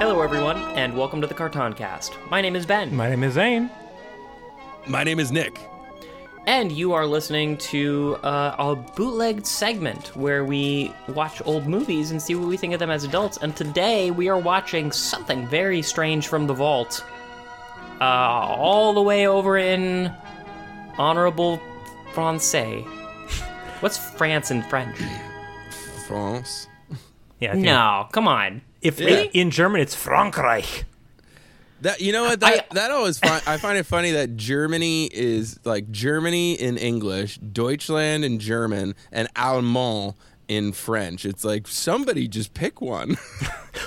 Hello, everyone, and welcome to the Cartoncast. My name is Ben, My name is Zane. My name is Nick. and you are listening to uh, a bootlegged segment where we watch old movies and see what we think of them as adults. And today we are watching something very strange from the vault, uh, all the way over in honorable Francais. What's France in French? France. Yeah. I think- No, come on. If Really? in German it's Frankreich. That you know what that that always find, I find it funny that Germany is like Germany in English, Deutschland in German, and Allemand in French. It's like somebody just pick one.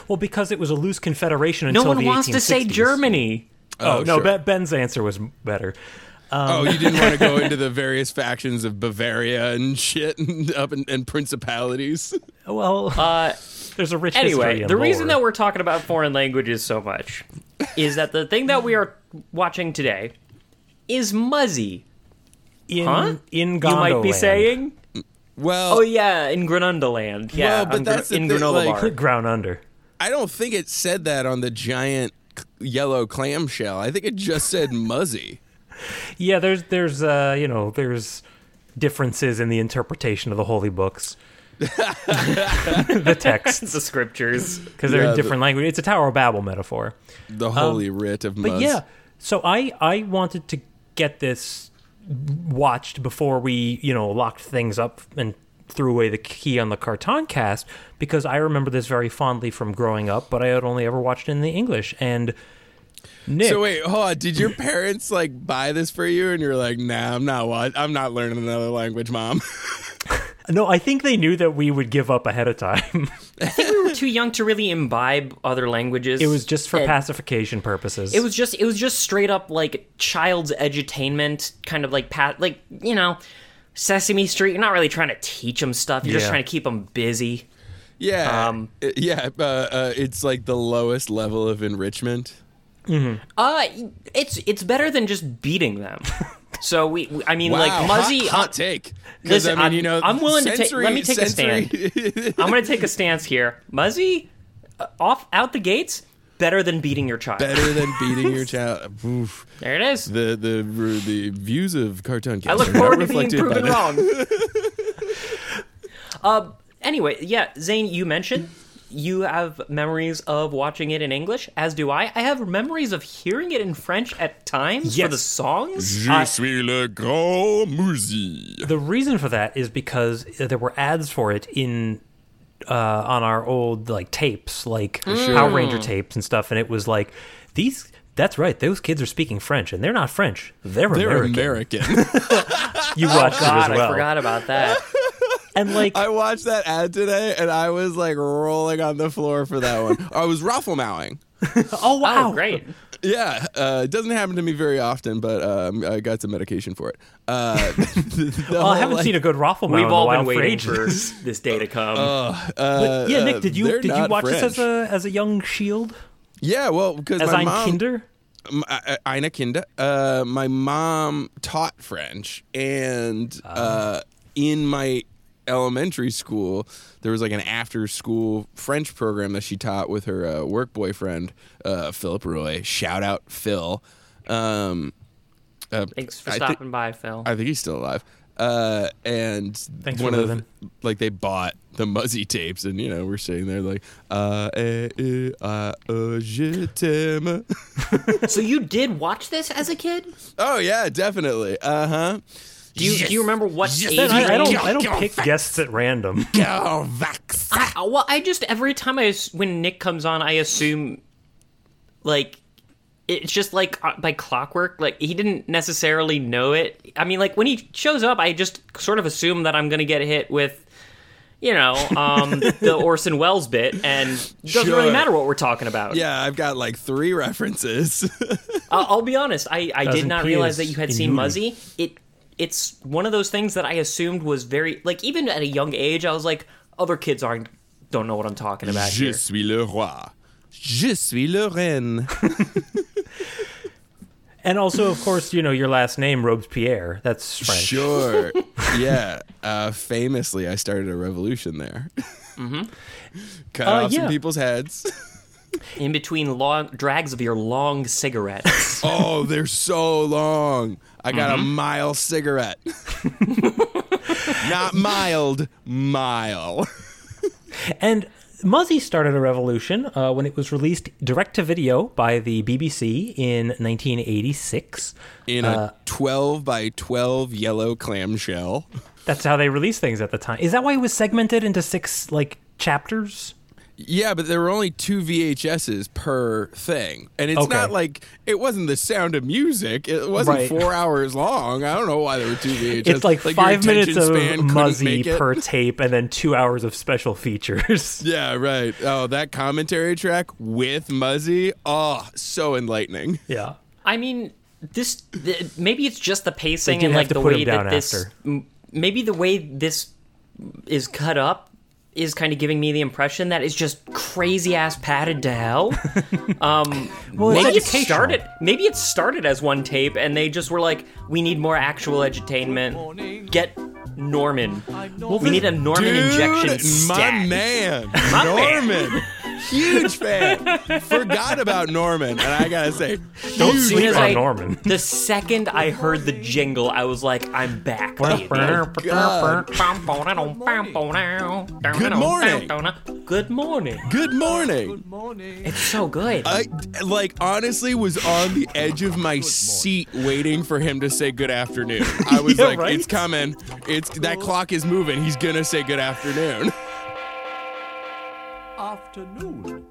Well, because it was a loose confederation No until one the wants to say 1860s. Germany. Oh, Oh, no, sure. Ben- Ben's answer was better. Um. oh, you didn't want to go into the various factions of Bavaria and shit and up in, and principalities. Well, Uh, there's a rich Anyway, history and the reason lore. that we're talking about foreign languages so much is that the thing that we are watching today is Muzzy. in Huh? in You might be Gondoland. saying, Well, "Oh yeah, in Granundaland." Yeah, Well, but on that's the in thing, Granola like- Bar. ground under. I don't think it said that on the giant c- yellow clamshell. I think it just said Muzzy. Yeah, there's there's uh you know there's differences in the interpretation of the holy books, the texts, The scriptures. because they're Yeah, in the- different language. It's a Tower of Babel metaphor. The holy writ of Muzz. Um, But yeah, so I I wanted to get this watched before we you know locked things up and threw away the key on the carton cast because I remember this very fondly from growing up, but I had only ever watched it in the English and. Nick, So wait, hold on. Did your parents like buy this for you, and you're like, "Nah, I'm not. wa- I'm not learning another language, mom." no, I think they knew that we would give up ahead of time. We were too young to really imbibe other languages. it was just for And pacification purposes. It was just it was just straight up like child's edutainment, kind of like pat like you know. Sesame Street, you're not really trying to teach them stuff. You're just Yeah. trying to keep them busy. yeah, Um, I- yeah. Uh, uh, it's like the lowest level of enrichment. Uh, it's it's better than just beating them. So we, we- I mean, Wow, like Muzzy, hot, hot take. 'Cause, listen, I mean, I'm- you know, I'm willing to take- sensory- let me take a stand. sensory- I'm gonna take a stance here. Muzzy, uh, off out the gates, better than beating your child. better than beating your child. Oof. There it is. The the the views of cartoon. I look forward to being proven wrong. uh, anyway, yeah, Zane, you mentioned you have memories of watching it in English, as do I. I have memories of hearing it in French at times for Yes. the songs. Je suis le grand Muzzy. The reason for that is because there were ads for it in uh, on our old like tapes, like Power Ranger tapes and stuff, and it was like these. That's right. Those kids are speaking French, and they're not French. They're, They're American. American. You watched Ah, God, it as well, I forgot about that. and like I watched that ad today and I was like rolling on the floor for that one. I was raffle mowing. oh wow, Oh, great. Yeah, uh, it doesn't happen to me very often, but um, I got some medication for it. Uh, the Well, whole, I haven't like- seen a good raffle We've in a all while been for waiting ages. for this day to come. uh, yeah, Nick, did you they're did you not watch this as French. a as a young Shield Yeah, well, because as my ein mom, Kinder? m- I- I- Eine Kinder. Uh, my mom taught French, and Ah. uh, in my elementary school, there was like an after-school French program that she taught with her uh, work boyfriend, uh, Philip Roy. Shout out Phil. Um, uh, Thanks for I thi- stopping by, Phil. I think he's still alive. Uh, and Thanks one for of the- living. like they bought the Muzzy tapes, and you know we're sitting there like, uh, eh, eh, ah, oh, je t'aime. so you did watch this as a kid? Oh yeah, definitely. Uh huh. Do you do you remember what age? Ben, I, I don't range? I don't pick guests at random. I- Uh, well, I just every time I ass- when Nick comes on, I assume like it's just like uh, by clockwork. Like he didn't necessarily know it. I mean, like when he shows up, I just sort of assume that I'm gonna get hit with. You know, um, the Orson Welles bit, and it doesn't really Sure. matter what we're talking about. Yeah, I've got like three references. I'll, I'll be honest. I, I did Doesn't not realize pierce that you had in seen Yuri. Muzzy. It it's one of those things that I assumed was very like even at a young age. I was like, other kids aren't don't know what I'm talking about. Je Here. suis le roi. Je suis le reine. And also, of course, you know your last name Robespierre. That's French. Sure. yeah. Uh, famously, I started a revolution there. Cut Uh, off yeah. some people's heads. in between long drags of your long cigarettes. Oh, they're so long. I got Mm-hmm. a mile cigarette. Not mild, mile. And Muzzy started a revolution uh, when it was released direct to video by the BBC in 1986. In a Uh. 12 by 12 yellow clamshell. That's how they released things at the time. Is that why it was segmented into six like chapters? Yeah, but there were only two VHSs per thing. And it's Okay. not like it wasn't the sound of music. It wasn't Right. four hours long. I don't know why there were two VHSs. It's like, your five minutes attention span of couldn't Muzzy make it. per tape, and then two hours of special features. Yeah, right. Oh, that commentary track with Muzzy. Oh, so enlightening. yeah. I mean, this th- maybe it's just the pacing do and have like to the put way 'em that down this after. m- maybe the way this is cut up is kind of giving me the impression that it's just crazy ass padded to hell. Um, Well, it's maybe it educational. started. Maybe it started as one tape, and they just were like, "We need more actual edutainment. Get Norman. we need a Norman injection my stat." man, man. Norman. Huge fan. Forgot about Norman. And I gotta say, As huge soon as on I- Norman. The second I heard the jingle, I was like, "I'm back." baby." God. Good morning. Good morning. good morning. It's so good. I like honestly was on the edge of my seat waiting for him to say good afternoon. I was Yeah, like, right? it's coming. It's that clock is moving. He's gonna say good afternoon. afternoon.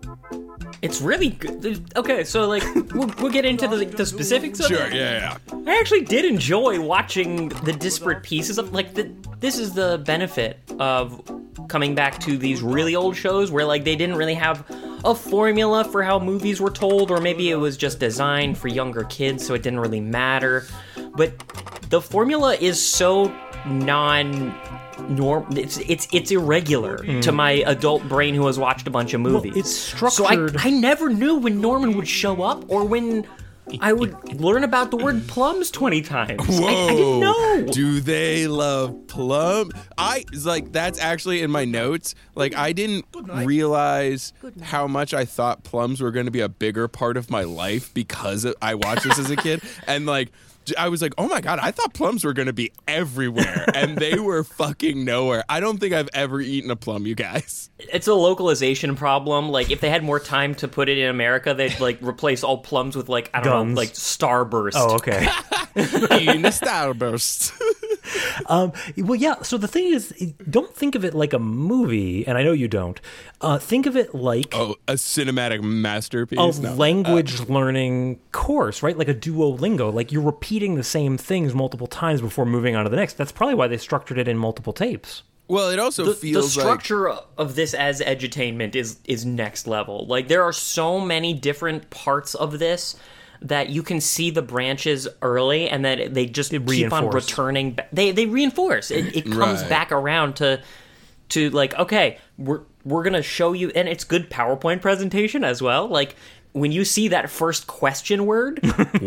it's really good. Okay, so like we'll, we'll get into the, the specifics of Sure, it. yeah, yeah. I actually did enjoy watching the disparate pieces of like the, this is the benefit of coming back to these really old shows where like they didn't really have a formula for how movies were told or maybe it was just designed for younger kids so it didn't really matter. But the formula is so non norm it's it's it's irregular to my adult brain who has watched a bunch of movies. Hmm. it's So structured- I, I never knew when Norman would show up or when I would learn about the word plums 20 times. I, I didn't Whoa. know. Do they love plum? I like that's actually in my notes. Like I didn't realize how much I thought plums were going to be a bigger part of my life because of- I watched this as a kid and like j- I was like, "Oh my god, I thought plums were going to be everywhere and they were fucking nowhere." I don't think I've ever eaten a plum, you guys. It's a localization problem. Like, if they had more time to put it in America, they'd, like, replace all plums with, like, I don't know, Guns. like, starburst. Oh, okay. Eating a starburst. Um, well, yeah. So the thing is, don't think of it like a movie, and I know you don't. Uh, think of it like oh, a cinematic masterpiece. a No. language learning course, right? Like a Duolingo. Like you're repeating the same things multiple times before moving on to the next. That's probably why they structured it in multiple tapes. Well, it also The- the feels like structure of this as edutainment is is next level. Like there are so many different parts of this that you can see the branches early, and that they just keep on reinforce. returning. Ba- they they reinforce. It, it comes Right. back around to to like okay, we're we're gonna show you, and it's good PowerPoint presentation as well. Like when you see that first question word,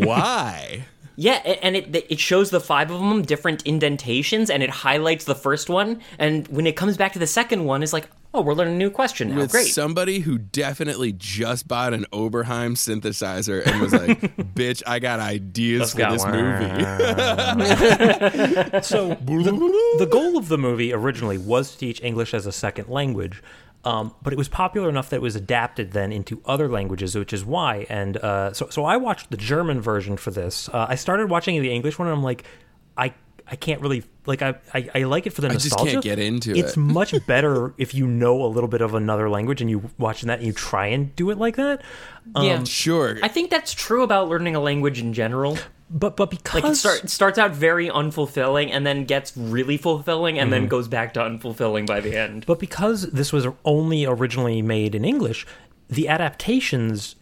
why? yeah, a- and it it shows the five of them different indentations, and it highlights the first one. And when it comes back to the second one, it's like, oh, we're learning a new question now. with Great. somebody who definitely just bought an Oberheim synthesizer and was like, "Bitch, I got ideas for go. this movie." So the, the goal of the movie originally was to teach English as a second language, um, but it was popular enough that it was adapted then into other languages, which is why. And uh, so, so I watched the German version for this. Uh, I started watching the English one, and I'm like, I. I can't really like I, I, I like it for the just nostalgia. can't get into it's it. much better if you know a little bit of another language and you watching that and you try and do it like that. Um, yeah. sure. I think that's true about learning a language in general. But but because Like it, start, it starts out very unfulfilling and then gets really fulfilling and then goes back to unfulfilling by the end. But because this was only originally made in English, the adaptations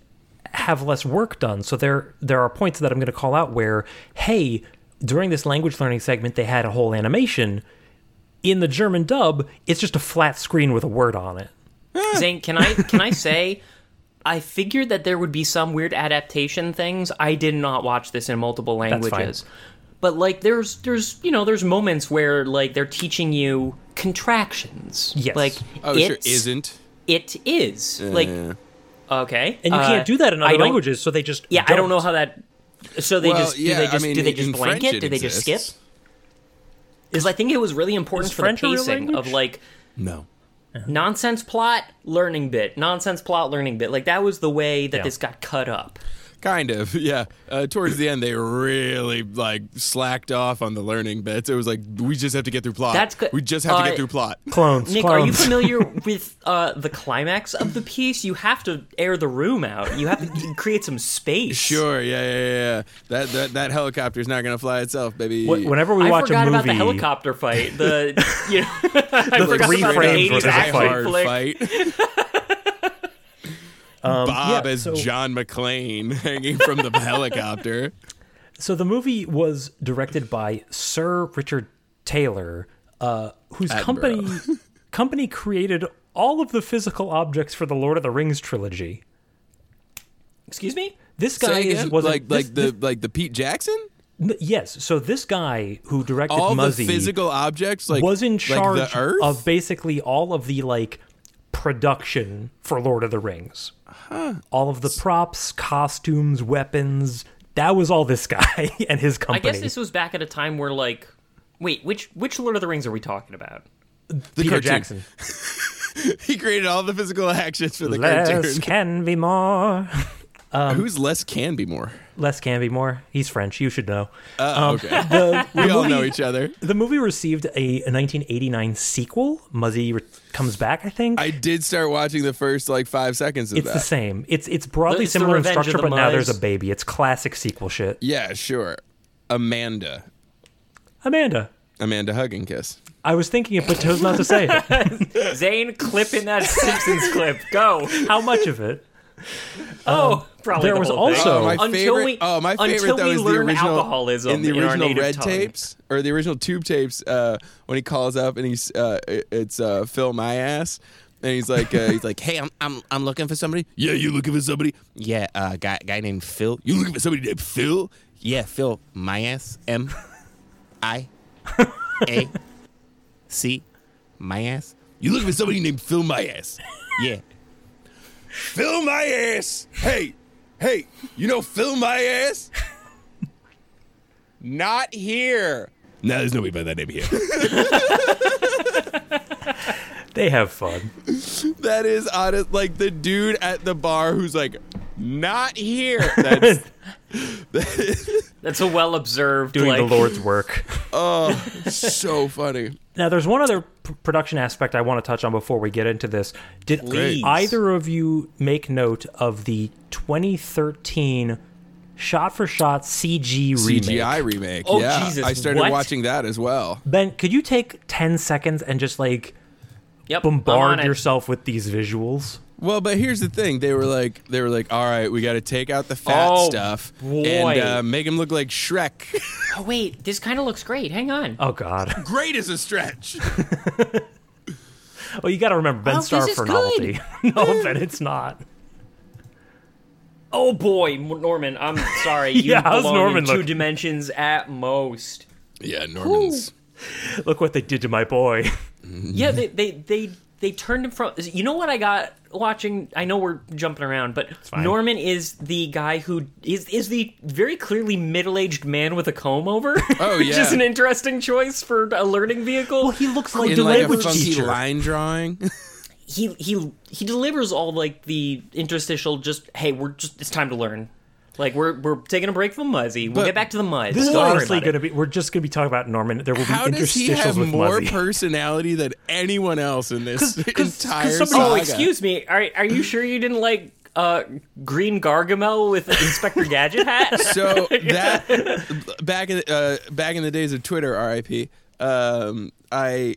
have less work done. So there there are points that I'm going to call out where, hey, during this language learning segment, they had a whole animation. In the German dub, it's just a flat screen with a word on it. Zane, can I can I say I figured that there would be some weird adaptation things. I did not watch this in multiple fine. languages. But like there's there's you know, there's moments where like they're teaching you contractions. Yes. Like oh, sure. it's- Isn't it is. Like Okay. and you Uh, can't do that in I other don't- languages. So they just Yeah, I don't know don't. how that. So they Well, just do yeah, they I just mean, do they in- just in blank French it? it Do they just skip? exists. Because I think it was really important Is for French a the real pacing of language? like No. nonsense plot learning bit, nonsense plot learning bit. Like that was the way that Yeah. this got cut up. Kind of, yeah. Uh, towards the end, they really like slacked off on the learning bits. It was like we just have to get through plot. That's good. We just have to Uh, get through plot. Clones. Nick, clones. are you familiar with uh, the climax of the piece? You have to air the room out. You have to create some space. Sure, yeah, yeah, yeah, yeah. That that that helicopter's not gonna fly itself, baby. Wh- Whenever we I watch forgot a movie, about the helicopter fight. The you know, I The forgot three about the frames Straight 80s was up a action fight. Die-Hard flick. fight. Bob yeah, as so- John McClane hanging from the helicopter. so the movie was directed by Sir Richard Taylor, uh, whose company company created all of the physical objects for the Lord of the Rings trilogy. Excuse me. This guy Say is again? was a- like this- like the like the Pete Jackson. n- yes. So this guy who directed All Muzzy the physical objects like was in like charge the Earth? of basically all of the like production for Lord of the Rings. All of the props, costumes, weapons. That was all this guy and his I company. guess this was back at a time where like, wait, which which Lord of the Rings are we talking about? the Peter cartoon. Jackson. He created all the physical actions for the Less cartoon. can be more. um, Who's less can be more? Less can be more. He's French. You should know. Oh, okay. um, The, we all know each other. the movie received a, a 1989 sequel. Muzzy re- comes back, I think. I did start watching the first like five seconds of it's that. the same. It's it's broadly It's the similar in Revenge of structure, the but now Mice. there's a baby. It's classic sequel shit. yeah, sure. Amanda, Amanda, Amanda Hug and Kiss. I was thinking it, but chose not to say it. Zane, clip in that Simpsons clip. Go. How much of it? Oh, probably Um, there the was whole thing. also- Oh, my Until favorite. we- oh, my favorite. until that we was the learn original alcoholism in the in our original native red tongue. tapes or the original tube tapes. Uh, when he calls up and he's uh, it- it's uh, Phil my ass. And he's like, uh, he's like, hey, I'm, I'm, I'm looking for somebody. Yeah, you looking for somebody? Yeah, uh, guy, guy named Phil. You looking for somebody named Phil? Yeah, Phil, my ass, M, I, A, C, my ass. You looking for somebody named Phil my ass? Yeah, Phil my ass. Hey, hey, you know Phil my ass? Not here. No, there's nobody by that name here. They have fun. that is honest. Like the dude at the bar who's like, not here. That's That's a well observed. Doing like, the Lord's work. so funny. Now, there's one other p- production aspect I want to touch on before we get into this. Did Please. either of you make note of the 2013 shot-for-shot CG remake? CGI remake. Oh, yeah, Jesus, I started what? watching that as well. Ben, could you take 10 seconds and just like Yep, I'm on bombard it. yourself with these visuals? Well, but here's the thing: they were like, they were like, all right, we got to take out the fat Oh, stuff boy. and uh, make him look like Shrek. Oh wait, this kind of looks great. Hang on. Oh God! Great is a stretch. Oh, you got to remember Ben Oh, Starr this is for good. novelty. no, Ben, it's not. Oh boy, M- Norman. I'm sorry. You Yeah, how's belong Norman in two look? dimensions at most. yeah, Norman's. Look what they did to my boy. Yeah, they they they they turned him from. You know what I got watching? I know we're jumping around, but fine. Norman is the guy who is is the very clearly middle aged man with a comb over. Oh, which yeah. is an interesting choice for a learning vehicle. Well, he looks like in the like a language funky teacher. line drawing. he he he delivers all like the interstitial. Just hey, we're just it's time to learn. Like we're we're taking a break from Muzzy. We'll But get back to the Muzz. This is Don't worry honestly about going it. to be. We're just going to be talking about Norman. There will be How does he interstitials have with more Muzzy. personality than anyone else in this 'Cause- 'cause- entire 'cause somebody- Oh, saga? excuse me. Are are you sure you didn't like uh green Gargamel with Inspector Gadget hat? So that back in uh, back in the days of Twitter, RIP. Um, I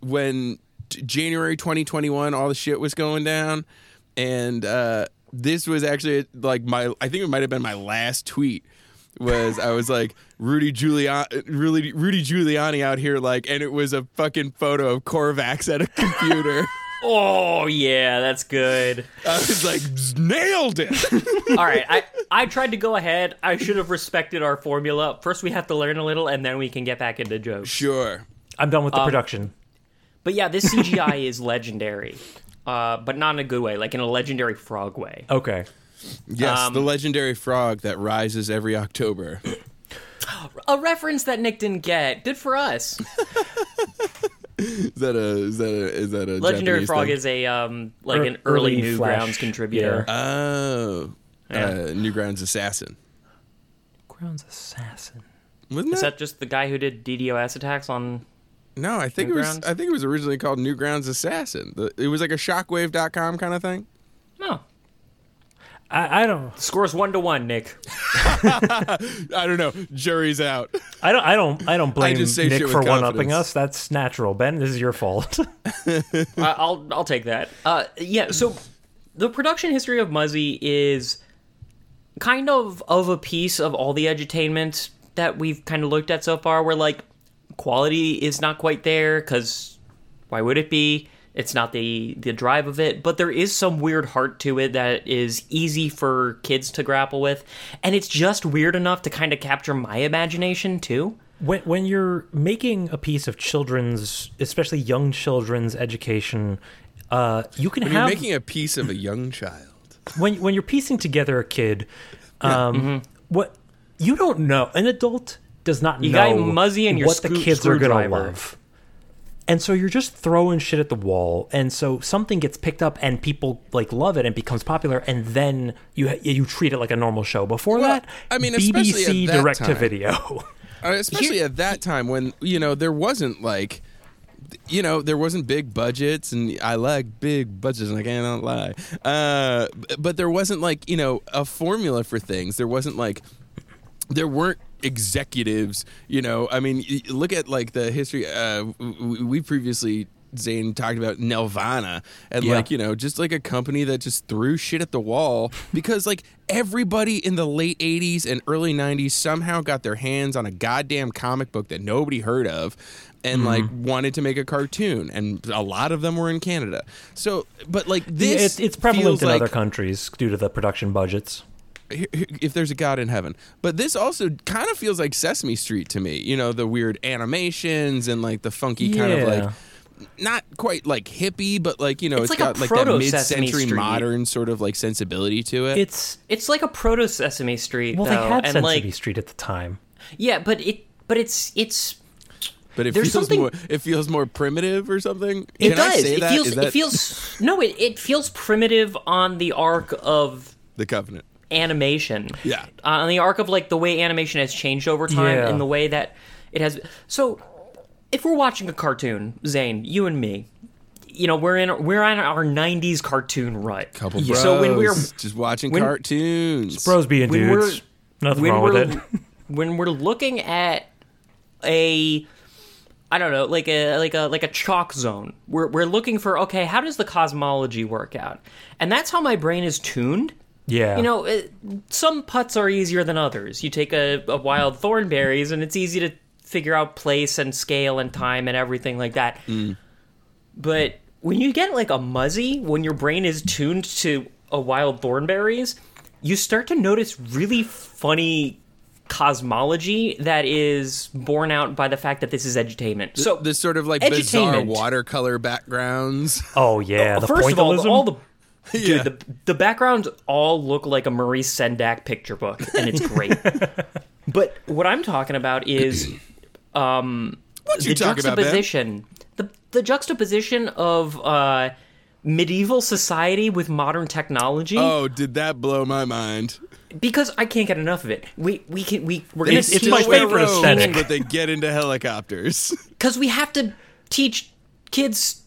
when t- January 2021, all the shit was going down, and uh, this was actually like my. I think it might have been my last tweet. Was I was like Rudy Giuliani, Rudy, Rudy Giuliani out here like, and it was a fucking photo of Corvax at a computer. Oh yeah, that's good. I was like, nailed it. All right, I I tried to go ahead. I should have respected our formula. First, we have to learn a little, and then we can get back into jokes. sure. Um, I'm done with the production. But yeah, this CGI is legendary. uh, but not in a good way, like in a legendary frog way. Okay. Yes, the legendary frog that rises every October. A reference that Nick didn't get. Good for us. Is that a is that a is that a Legendary Japanese Frog thing? is a um like Er- an early, early Flash. Newgrounds contributor. Oh, Yeah. uh, Newgrounds assassin. Grounds assassin. Wasn't Is that, that just the guy who did DDoS attacks on? no? I think it was. Newgrounds? I think it was originally called Newgrounds Assassin. The- It was like a Shockwave.com kind of thing. No, I, I don't. scores one to one. Nick, I don't know. Jury's out. I don't. I don't. I don't blame just say Nick shit for with one upping confidence. us. That's natural, Ben. This is your fault. I, I'll I'll take that. Uh, yeah. So the production history of Muzzy is kind of of a piece of all the edutainment that we've kind of looked at so far. Where like quality is not quite there because why would it be? It's not the the drive of it, but there is some weird heart to it that is easy for kids to grapple with, and it's just weird enough to kind of capture my imagination too. when when you're making a piece of children's, especially young children's education, uh, you can You're Um, have making a piece of a young child. when when you're piecing together a kid, um, Mm-hmm. what you don't know, an adult does not know got Muzzy and your what the screw- kids are gonna screwdriver. love. And so you're just throwing shit at the wall, and so something gets picked up, and people like love it and becomes popular, and then you ha- you treat it like a normal show. Before Well, that, I mean, especially BBC at that direct to time. video. Uh, especially at that time when you know there wasn't like you know there wasn't big budgets and i like big budgets and i cannot lie uh, b- but there wasn't like you know a formula for things there wasn't like there weren't executives you know i mean y- look at like the history uh, w- w- we previously Zane talked about Nelvana and Yeah. like you know just like a company that just threw shit at the wall because like everybody in the late 80s and early 90s somehow got their hands on a goddamn comic book that nobody heard of and Mm-hmm. like wanted to make a cartoon and a lot of them were in Canada. So but like this it's, it's prevalent feels in like, other countries due to the production budgets. here- here- if there's a god in heaven. But this also kind of feels like Sesame Street to me. You know, the weird animations and like the funky kind of Yeah. like not quite like hippie, but like you know, It's like it's a got like that proto Sesame mid-century Street. modern sort of like sensibility to it. It's It's like a proto Sesame Street, well, though, they had and Sesame like Street at the time. yeah, but it but it's it's but it there's feels something- more it feels more primitive or something. It Can does. I say it that? feels. Is that It feels. No, it, it feels primitive on the arc of the covenant. animation. Yeah. Uh, on the arc of like the way animation has changed over time Yeah. and the way that it has. So, if we're watching a cartoon, Zane, you and me, you know, we're in we're on our '90s cartoon rut. Couple Yeah. So when we're bros just watching when- cartoons. Bros being When dudes, we're- nothing when wrong we're with it. when we're looking at a I don't know, like a like a like a chalk zone. We're we're looking for okay, how does the cosmology work out? And that's how my brain is tuned. Yeah, You know, it, some putts are easier than others. You take a, a wild thornberries, and it's easy to figure out place and scale and time and everything like that. But when you get like a muzzy, when your brain is tuned to a wild thornberries, you start to notice really funny cosmology that is borne out by the fact that this is edutainment. So this sort of like bizarre edutainment. watercolor backgrounds. Oh yeah, the First of all, the- pointillism? all the dude, Yeah. the the backgrounds all look like a Maurice Sendak picture book, and it's great. but what I'm talking about is What you the talking about, man? juxtaposition, the the juxtaposition of uh, medieval society with modern technology. Oh, did that blow my mind? because I can't get enough of it. We we can we we're gonna It's- it's teach my Wear favorite robes, aesthetic. But they get into helicopters. because we have to teach kids.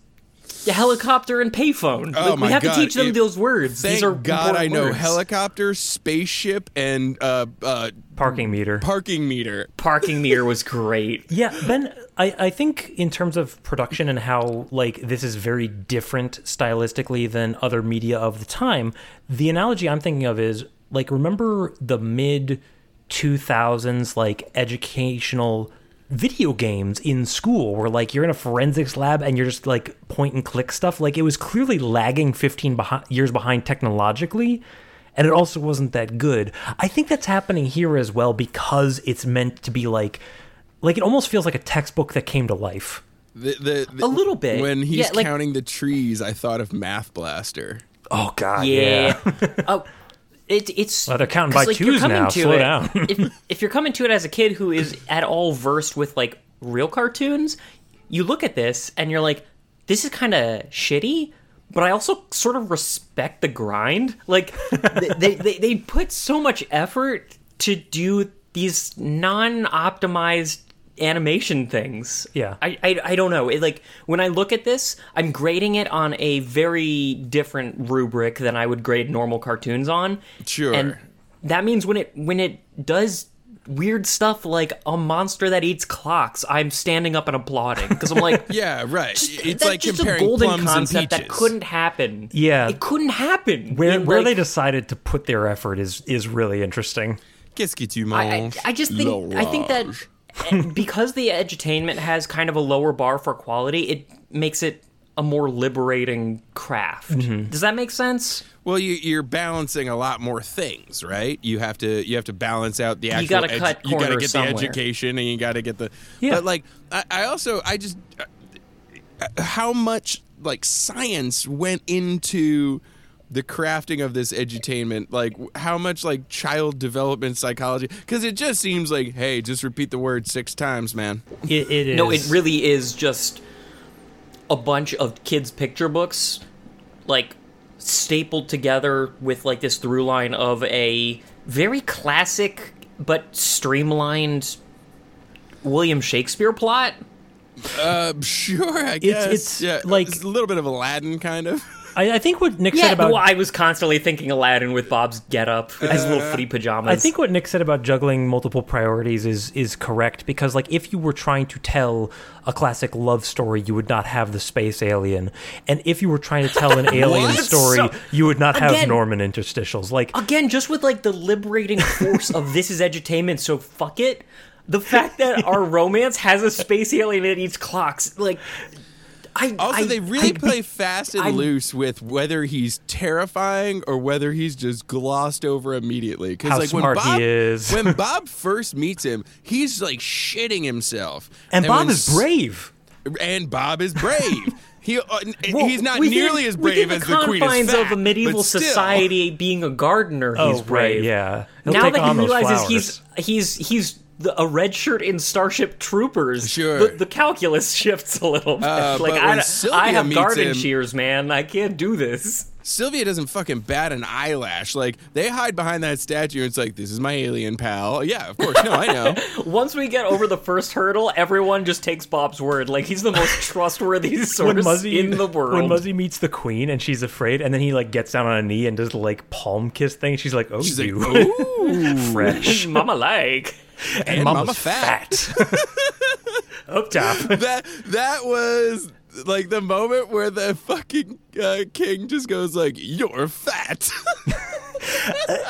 the Helicopter and payphone. Oh Like, my we have God, to teach them it- those words. Thank These are God important I know words. helicopter, spaceship, and uh, uh, parking meter. parking meter. Parking meter was great. yeah, Ben, I, I think in terms of production and how like this is very different stylistically than other media of the time. The analogy I'm thinking of is like remember the mid 2000s like educational video games in school where like you're in a forensics lab and you're just like point and click stuff like it was clearly lagging 15 behi- years behind technologically and it also wasn't that good. I think that's happening here as well because it's meant to be like like it almost feels like a textbook that came to life. The, the, the- A little bit. When he's Yeah, like- counting the trees, I thought of Math Blaster. Oh God, Yeah. oh, it, it's. Well, they're counting 'cause, by like, you're twos coming now. to Slow it- down. if, if you're coming to it as a kid who is at all versed with like real cartoons, you look at this and you're like, this is kind of shitty. But I also sort of respect the grind. Like they, they, they, they put so much effort to do these non-optimized animation things. Yeah. I, I, I don't know. It, like when I look at this, I'm grading it on a very different rubric than I would grade normal cartoons on. Sure. And that means when it when it does weird stuff like a monster that eats clocks, I'm standing up and applauding because I'm like, Yeah, right. it's that's like just a comparing golden plums and concept peaches. that couldn't happen. Yeah. it couldn't happen. where in, where like- they decided to put their effort is is really interesting. Qu'est-ce que tu I, I- manges? I just think I think that L'orange. eh, because the edutainment has kind of a lower bar for quality, it makes it a more liberating craft. Mm-hmm. Does that make sense? Well, you, you're balancing a lot more things, right? You have to you have to balance out the actual. gotta cut you gotta corners get somewhere. the education, and you got to get the. Yeah. But like, I, I also I just uh, how much like science went into the crafting of this edutainment like w- how much like child development psychology because it just seems like hey just repeat the word six times man It, it is No, it really is just a bunch of kids' picture books, like stapled together with like this through line of a very classic but streamlined William Shakespeare plot. uh sure i guess it's yeah, like- it's a little bit of aladdin kind of I, I think what Nick said about well, I was constantly thinking Aladdin with Bob's getup as Uh, little footy pajamas. I think what Nick said about juggling multiple priorities is is correct because like if you were trying to tell a classic love story, you would not have the space alien, and if you were trying to tell an alien What? story, So- you would not have Again- Uh, Norman interstitials. Like again, just with like the liberating force of this is edutainment, so fuck it. The fact that our romance has a space alien that eats clocks, like I Also, I- they really I- play fast and I'm- loose with whether he's terrifying or whether he's just glossed over immediately. How Because like smart when he Bob, is. when Bob first meets him, he's like shitting himself. and Bob when is brave. s- And Bob is brave. he uh, n- Well, he's not within- nearly as brave within as the queen is confines fat, of a medieval but still- society being a gardener. He's oh, brave. right, yeah. He'll now take that on he those realizes flowers. he's he's he's the, a red shirt in Starship Troopers, Sure. the, the calculus shifts a little bit. Uh, like but I, when I Sylvia have meets garden him- shears, man. I can't do this. Sylvia doesn't fucking bat an eyelash. Like they hide behind that statue. and It's like this is my alien pal. Yeah, of course. No, I know. Once we get over the first hurdle, everyone just takes Bob's word. Like he's the most trustworthy source when Muzzy in the world. when Muzzy meets the queen and she's afraid, and then he like gets down on a knee and does the, like palm kiss thing. She's like, "Oh, She's like, you "Oh, ooh, fresh Mama like and mama fat." fat. Up top." that that was like the moment where the fucking uh, king just goes like, "You're fat."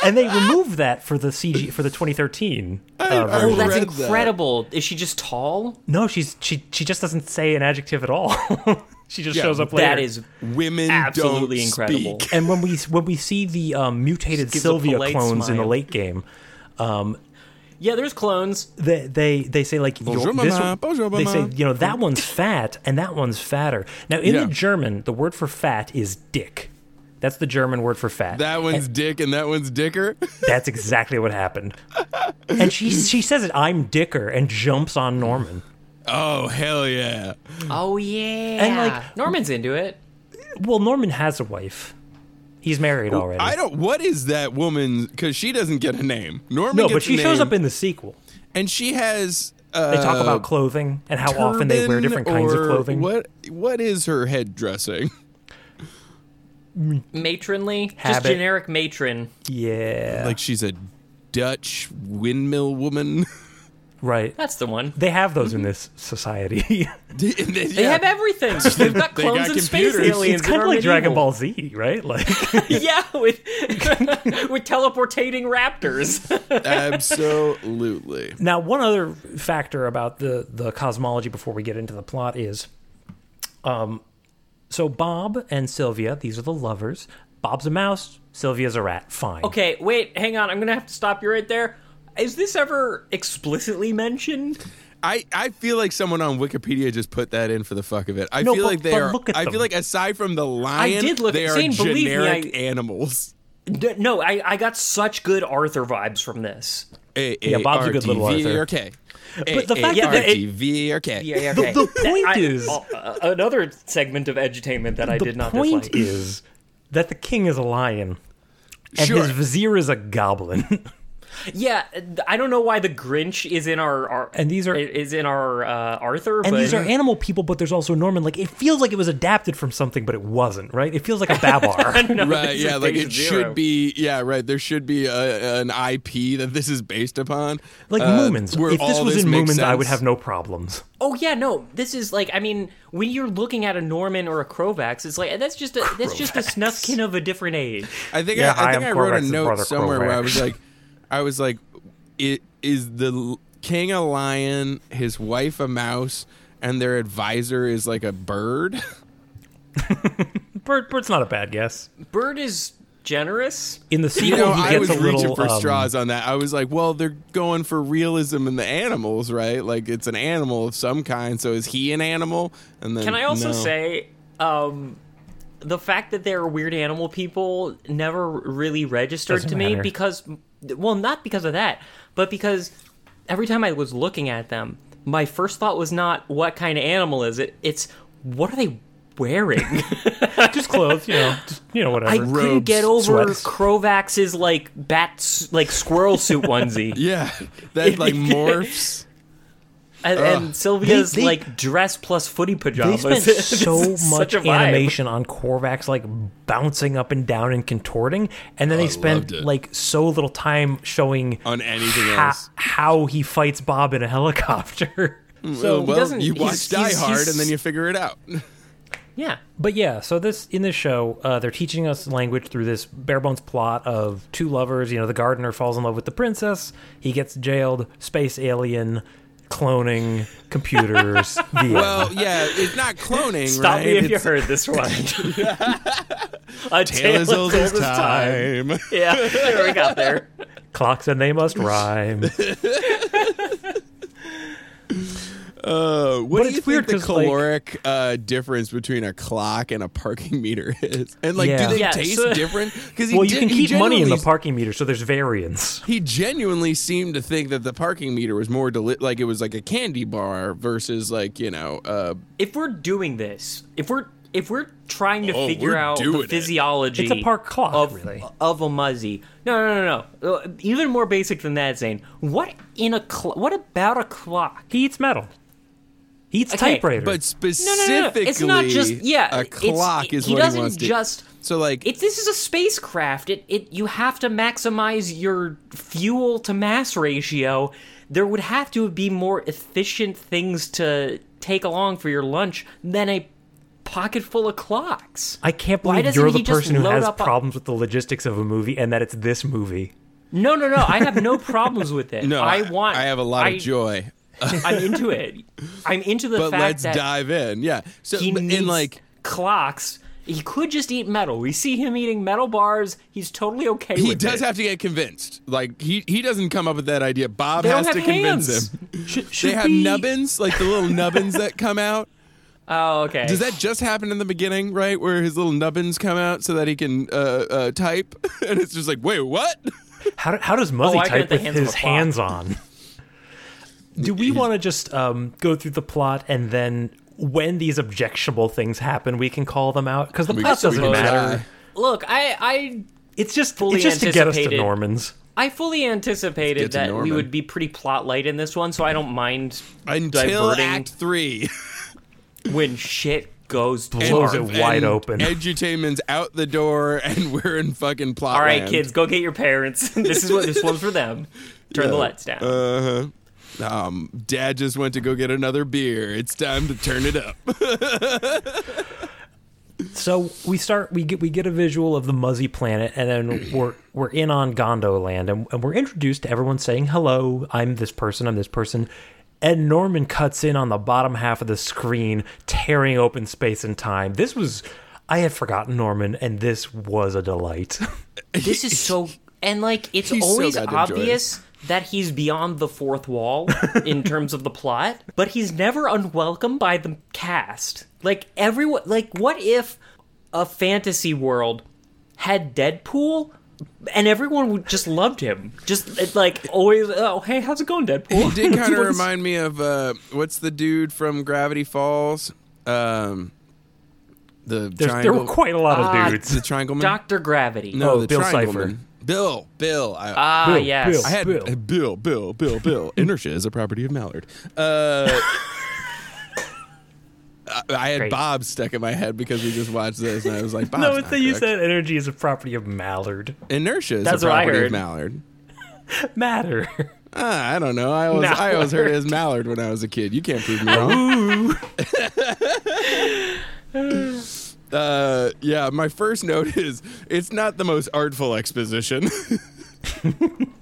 and they removed that for the CG for the 2013. uh, I- version. Oh, that's read that. incredible. Is she just tall? no, she's she she just doesn't say an adjective at all. she just Yeah, shows up later. That is Women Absolutely don't incredible. speak. And when we when we see the um, mutated gives a Sylvia polite clones in the smile. late game, yeah. There's clones. they they, they say like Bonjour, "Your- this mama. one-" Bonjour, they say mama. you know that one's fat and that one's fatter. Now in Yeah. the German, the word for fat is dick. That's the German word for fat. That one's dick and that one's dicker. That's exactly what happened. And she she says it. I'm Dicker and jumps on Norman. Oh hell yeah! Oh yeah. And, like- Norman's into it. Well, Norman has a wife. He's married already. I don't. What is that woman? Because she doesn't get a name. Norman. no, gets but she a shows name, up in the sequel. and she has. Uh, They talk about clothing and how often they wear turban different kinds of or clothing. What what is her head dressing? Matronly, just Habit. generic matron. Yeah, Like she's a Dutch windmill woman. right. That's the one. They have those in this society. they They have everything. They've got They got clones and space computers. It's- aliens. it's kind in of our like Dragon medieval. Ball Z, right? Like, yeah, with with teleportating raptors. Absolutely. Now, one other factor about the the cosmology before we get into the plot is, um, so Bob and Sylvia, these are the lovers. Bob's a mouse, Sylvia's a rat. Fine. okay, wait, hang on. I'm gonna have to stop you right there. Is this ever explicitly mentioned? I, I feel like someone on Wikipedia just put that in for the fuck of it. I No, feel but- like they but are. look at I them. feel like aside from the lion, did look they at- are Shane, believe me, generic I- animals. D- No, I, I got such good Arthur vibes from this. Yeah, Bob's a good little Arthur. Okay. But the fact that it- okay. The- the point I- is- uh, another segment of edutainment that I the did not point dislike. is that the king is a lion and Sure. his vizier is a goblin. Yeah, I don't know why the Grinch is in our, our And these are- is in our uh, Arthur, and but these are animal people, but there's also Norman. Like it feels like it was adapted from something, but it wasn't. Right? It feels like a Babar. No, Right, this is Uh, yeah, like patient it zero. should be. Yeah, right. There should be a, an IP that this is based upon. like uh, Moomins. where If this all was in Moomins, makes I would sense. have no problems. Oh yeah, no. This is like I mean, when you're looking at a Norman or a Krovax, it's like that's just a that's just a snufkin of a different age. I think Yeah, I, hi, I think I I'm wrote a Corvax's note brother, somewhere where I was Corvax. like, I was like, i- is the l- king a lion, his wife a mouse, and their advisor is like a bird? Bert, Bert's not a bad guess. Bird is generous. In the You sequel, know, he I gets was a little reaching for um, straws on that. I was like, well, they're going for realism in the animals, right? Like it's an animal of some kind. So is he an animal? And then Can I also no. say, um, the fact that there are weird animal people never really registered Doesn't to me matter. because, well, not because of that, but because every time I was looking at them, my first thought was not what kind of animal is it. It's what are they wearing? just clothes, you know, just, you know, whatever. I couldn't Robes, get over sweats. Krovax's like bats, like squirrel suit onesie, Yeah, that like morphs. and, and Sylvia's They- they- like dress plus footy They pajamas. spent This so is much such a vibe. animation on Korvax like bouncing up and down and contorting, and then they spent loved it. like so little time showing On anything ho- else. how he fights Bob in a helicopter. So well, doesn't- you he's- watch Die he's- Hard he's- and then you figure it out. Yeah. But yeah, so this in this show, uh, they're teaching us language through this bare bones plot of two lovers. You know, the gardener falls in love with the princess. He gets jailed. Space alien, cloning, computers. the end. Well, yeah, it's not cloning. Stop right? me if you It's- heard this one. A tale Taylor's as old as time. Yeah, there we got there. clocks and they must rhyme. Uh, what But do it's you think weird the 'cause, like- caloric uh, difference between a clock and a parking meter is? And like, Yeah. do they Yeah, taste so- different? Because well, you can keep money in the park. parking meter, so there's variance. He genuinely seemed to think that the parking meter was more deli- like it was like a candy bar versus like you know. Uh, If we're doing this, if we're if we're trying to Oh, figure we're out doing the it. physiology It's a park clock, of, really. of a muzzy. No, no, no, no. Uh, Even more basic than that, Zane. What in a cl- what about a clock? He eats metal. He eats Okay, typewriter. but no, no, specifically, no. It's not just- yeah, a it's- clock is he what doesn't he wants to. just- so like If this is a spacecraft, it, it you have to maximize your fuel to mass ratio. There would have to be more efficient things to take along for your lunch than a pocket full of clocks. I can't Why believe doesn't you're the he just person who load has up on- problems with the logistics of a movie, and that it's this movie. No, no, no. I have no problems with it. no, I want. I have a lot I- of joy. I'm into it. I'm into the But fact let's that dive in. Yeah. So he but- needs and like clocks. He could just eat metal. We see him eating metal bars. He's totally okay he with does it. have to get convinced. Like he he doesn't come up with that idea. Bob They don't has to have hands. convince him. Should, They should have we- nubbins, like the little nubbins that come out. oh, okay. Does that just happen in the beginning, right, where his little nubbins come out so that he can uh, uh, type? And it's just like, wait, what? How, do- how does Muzzy Oh, I got type the with hands on his the plot. hands on? Do we want to just um, go through the plot and then when these objectionable things happen, we can call them out? Because the plot we doesn't can matter. try. Look, I, I It's just Fully it's just to get us to anticipated. Normans. I fully anticipated Let's get to that we Norman. would be pretty plot light in this one, so I don't mind Until diverting Act Three when shit goes dark. Blows it wide And open. Edutainment's out the door, and we're in fucking plot. All right, land. kids, go get your parents. this is what this one's for them. Turn the lights Uh, down. Uh-huh. Um, Dad just went to go get another beer. It's time to turn it up. So we start we get we get a visual of the Muzzy planet, and then we're we're in on Gondo land, and, and we're introduced to everyone saying hello. I'm this person. I'm this person. And Norman cuts in on the bottom half of the screen, tearing open space and time. This was I had forgotten Norman, and this was a delight. this is so and like it's He's so always goddamn obvious that he's beyond the fourth wall in terms of the plot, but he's never unwelcome by the cast. Like everyone, like what if a fantasy world had Deadpool and everyone would just loved him, just it, like always. Oh, hey, how's it going, Deadpool? He did kind of What's- remind me of uh, what's the dude from Gravity Falls? Um, the There's, there triangle. were quite a lot of Ah, dudes. the triangle man. Doctor Gravity. no, oh, the Bill triangle Cipher. man. Bill, Bill. I, Ah, Bill, yes. Bill. I had Bill. uh, Bill, Bill, Bill, Bill. Inertia is a property of Mallard. Uh, I, I had Great. Bob stuck in my head because we just watched this, and I was like, Bob's No, not it's they use correct. that energy as a property of Mallard. Inertia is That's a what I property of heard. Mallard. Matter. Ah, I don't know. I always, I always heard it as Mallard Ah, when I was a kid. You can't prove me wrong. uh, yeah, my first note is it's not the most artful exposition.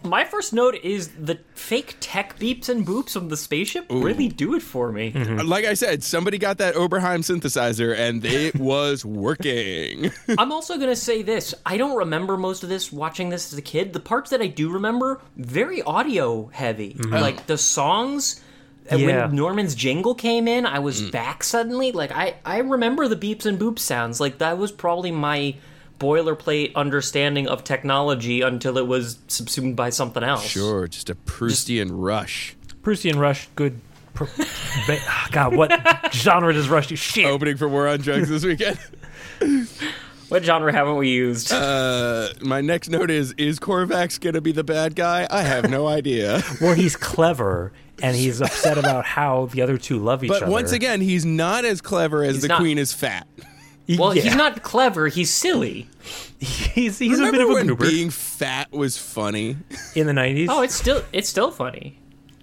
My first note is the fake tech beeps and boops of the spaceship really do it for me. Hmm. like I said, somebody got that Oberheim synthesizer and it was working. I'm also going to say this. I don't remember most of this watching this as a kid. The parts that I do remember, very audio heavy. Like the songs. and Yeah. When Norman's jingle came in, I was back suddenly. Like I, I remember the beeps and boops sounds. Like that was probably my boilerplate understanding of technology until it was subsumed by something else. Sure, just a Proustian rush. Prussian Rush, good. Pr- ba- ah, God, what genre does Rush do? Shit. Opening for War on Drugs this weekend. What genre haven't we used? Uh, my next note is Is Korvax going to be the bad guy? I have no idea. Well, he's clever and he's upset about how the other two love each But other. once again, he's not as clever as the not. queen is fat. well, yeah. he's not clever. He's silly. He's, he's a Remember bit of a when goober being fat was funny? in the 90s. Oh, it's still it's still funny.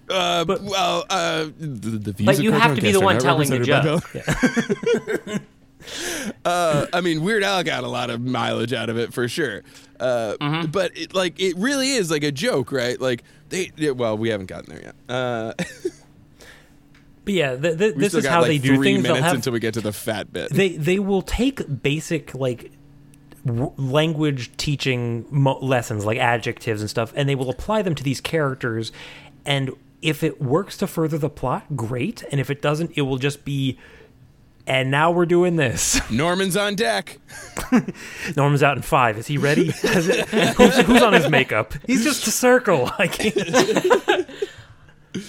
Uh, well, uh, the, the views But of you have to be the Cartoncast are one not telling the represented by Bell. uh, I mean, Weird Al got a lot of mileage out of it for sure. Uh, Mm-hmm. But it, like, it really is like a joke, right? Like they, they- well, we haven't gotten there yet. Uh, but yeah, th- th- we this still is got how like they three do things. They'll minutes have until we get to the fat bit. they they will take basic like w- language teaching mo- lessons like adjectives and stuff and they will apply them to these characters and if it works to further the plot great and if it doesn't it will just be and now we're doing this Norman's on deck. norman's out in five is he ready Has it- who's, who's on his makeup he's just a circle i can't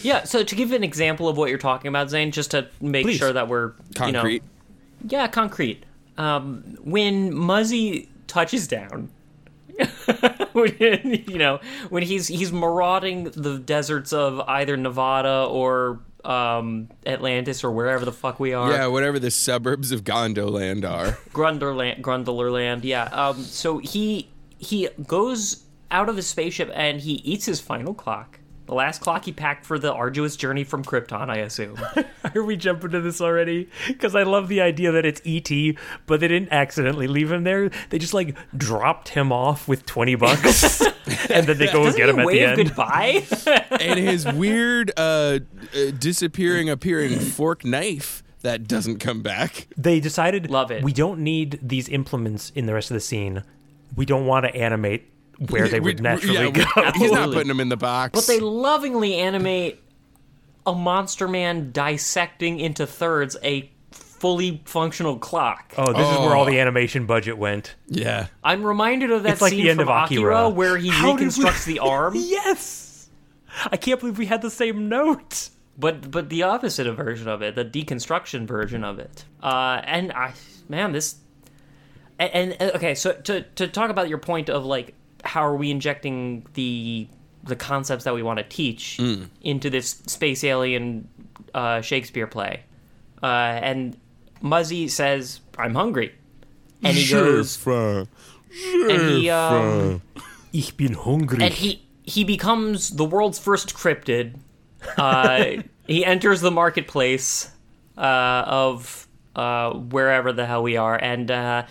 Yeah, so to give an example of what you're talking about, Zane, just to make Please. sure that we're you Concrete. know, yeah, concrete. Um, when Muzzy touches down, when, you know, when he's he's marauding the deserts of either Nevada or um, Atlantis or wherever the fuck we are, Yeah, whatever the suburbs of Gondoland are. Grunderland, Grundlerland, yeah. Um, so he he goes out of his spaceship and he eats his final clock, the last clock he packed for the arduous journey from Krypton, I assume. are we jumping to this already because i love the idea that it's et but they didn't accidentally leave him there they just like dropped him off with 20 bucks and then they go Doesn't and get he him at the wave end goodbye? and his weird uh, uh, disappearing, appearing fork knife that doesn't come back. they decided Love it. we don't need these implements in the rest of the scene we don't want to animate where they We- would we- naturally yeah, we- go He's not Absolutely. putting them in the box. but they lovingly animate a monster man dissecting into thirds a fully functional clock. oh this is where Oh. all the animation budget went yeah. I'm reminded of that It's like scene the end from of Akira. where he How did we- reconstructs the arm, yes i can't believe we had the same note but but the opposite of version of it, the deconstruction version of it. Uh, and I, man, this. And, and uh, okay, so to to talk about your point of like how are we injecting the the concepts that we want to teach into this space alien uh, Shakespeare play, uh, and Muzzy says, "I'm hungry," and he goes, and he um, ich bin hungry and he he becomes the world's first cryptid. Uh, he enters the marketplace uh, of uh, wherever the hell we are, and uh,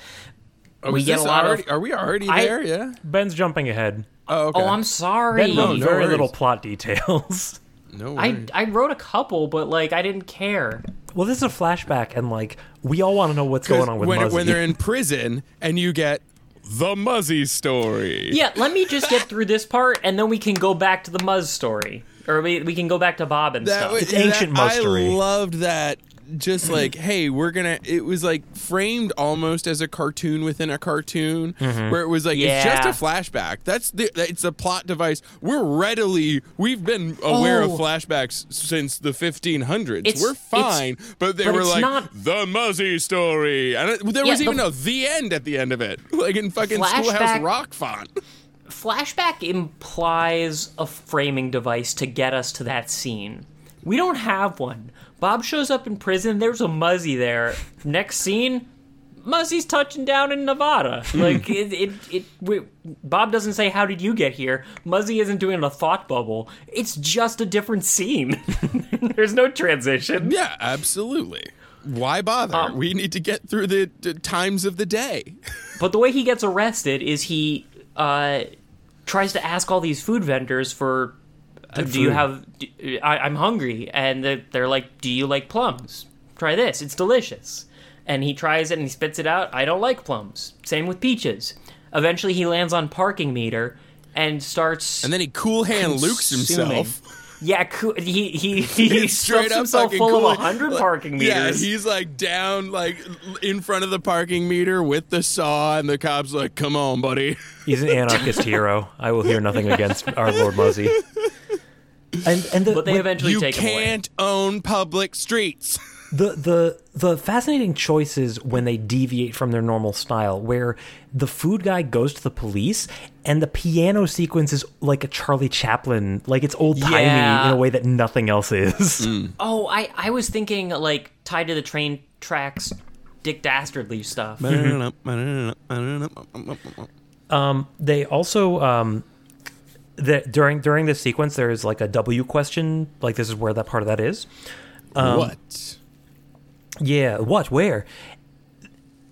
we Oh, Is get a this lot already, of. Are we already I- there? Yeah. ben's jumping ahead Oh, okay. Oh, I'm sorry. ben wrote no very worries. little plot details no I worries. I wrote a couple, but like I didn't care. well this is a flashback and like we all want to know what's going on with when, Muzzy. when they're in prison and you get the Muzzy story. Yeah, let me just get through this part, and then we can go back to the Muzz story, or we, we can go back to Bob and That stuff. was ancient that- mystery. I loved that. Just Mm-hmm. like, hey, we're gonna. It was like framed almost as a cartoon within a cartoon, where it was like it's Mm-hmm. Yeah. just a flashback. That's the. that- It's a plot device. We're readily. We've been aware Oh. of flashbacks since the 1500s. It's- we're it's- fine, but they but were it's like not- the Muzzy story, and it, there Yeah, was the- even a the end at the end of it, like in fucking Schoolhouse Flashback- Rock font. Flashback implies a framing device to get us to that scene. We don't have one. Bob shows up in prison. There's a Muzzy there. Next scene, Muzzy's touching down in Nevada. Like it, it, it we, Bob doesn't say how did you get here. Muzzy isn't doing a thought bubble. It's just a different scene. There's no transition. Yeah, absolutely. Why bother? Um, we need to get through the, the times of the day. But the way he gets arrested is he uh, tries to ask all these food vendors for, uh, do you food. have? Do, I, I'm hungry, and they're, they're like, do you like plums? Try this; it's delicious. And he tries it and he spits it out. I don't like plums. Same with peaches. Eventually, he lands on parking meter and starts. And then he cool hand Lukes himself. yeah, coo- he he he stuffs Straight up himself fucking full cool. of hundred Like, parking meters. Yeah, he's like down, like in front of the parking meter with the saw, and the cop's like, "Come on, buddy." He's an anarchist hero. I will hear nothing against our Lord Muzzy. And and the, but they when- eventually you take him away. can't own public streets. the the the fascinating choices when they deviate from their normal style, where the food guy goes to the police and the piano sequence is like a Charlie Chaplin, like it's old timey Yeah. in a way that nothing else is. Mm. Oh, I, I was thinking like tied to the train tracks, Dick Dastardly stuff. They also um, the, during during this sequence there is like a W question, like this is where that part of that is. what? Yeah, what, where?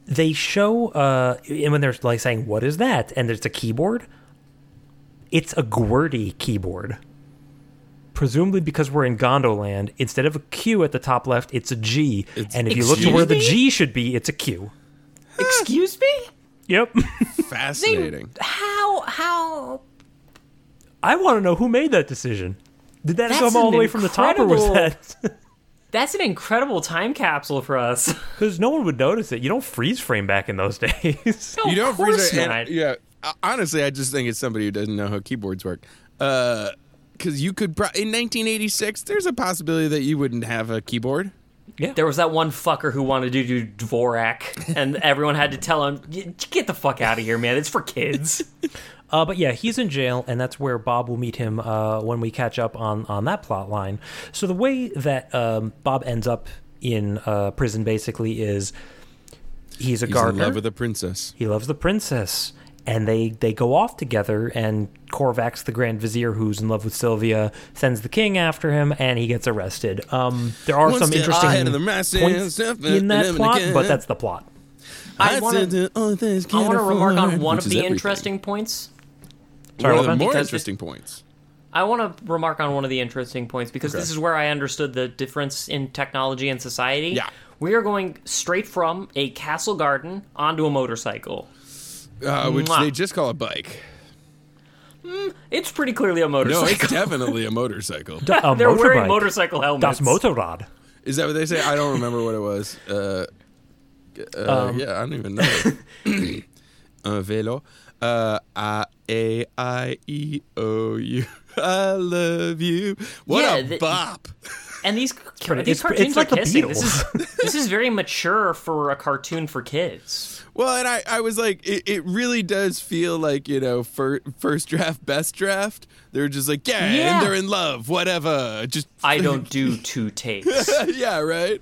They show, uh, and when they're like saying, "What is that?" and there's a keyboard. It's a QWERTY keyboard. Presumably, because we're in Gondoland, instead of a Q at the top left, it's a G. and if you look to Excuse where the me? G should be, it's a Q. Excuse me? Yep. Fascinating. How how I want to know who made that decision. Did that That's come all an the way from the top, or was incredible- that? that's an incredible time capsule for us. Because no one would notice it. You don't freeze frame back in those days. No, You don't of course freeze it. and- not. yeah. Uh, Honestly, I just think it's somebody who doesn't know how keyboards work. Because you could, pro- in 1986, there's a possibility that you wouldn't have a keyboard. There was that one fucker who wanted to do Dvorak, and everyone had to tell him, "Y- "Get the fuck out of here, man! It's for kids." Uh, but yeah, he's in jail, and that's where Bob will meet him uh, when we catch up on on that plot line. So the way that um, Bob ends up in uh, prison basically is he's a He's in gardener. love with a princess. he loves the princess, and they they go off together. And Korvax, the Grand Vizier, who's in love with Sylvia, sends the king after him, and he gets arrested. Um, there are One some step interesting ahead of the rest and points step in that uh, and plot, again. but that's the plot. I want to I want to remark on one of the interesting points. Sorry, one of what the was more Because interesting points. I want to remark on one of the interesting points because this is where I understood the difference in technology and society. Yeah. We are going straight from a castle garden onto a motorcycle. Uh, which Mwah. they just call a bike. It's pretty clearly a No, motorcycle. it's definitely a motorcycle. that? A They're motorbike. wearing motorcycle helmets. Das Motorrad. Is that what they say? I don't remember what it was. Uh, uh, Um. yeah, I don't even know. Un vélo. Uh, I A I E O U. I love you. What Yeah, a the- bop. and these, it's- these cartoons it's like are the kissing. Beatles. This is, this is very mature for a cartoon for kids. Well, and I, I was like, it, it really does feel like, you know, fir- first draft, best draft. They're just like, yeah, Yeah. and they're in love, whatever. Just, I don't do two takes. yeah, right?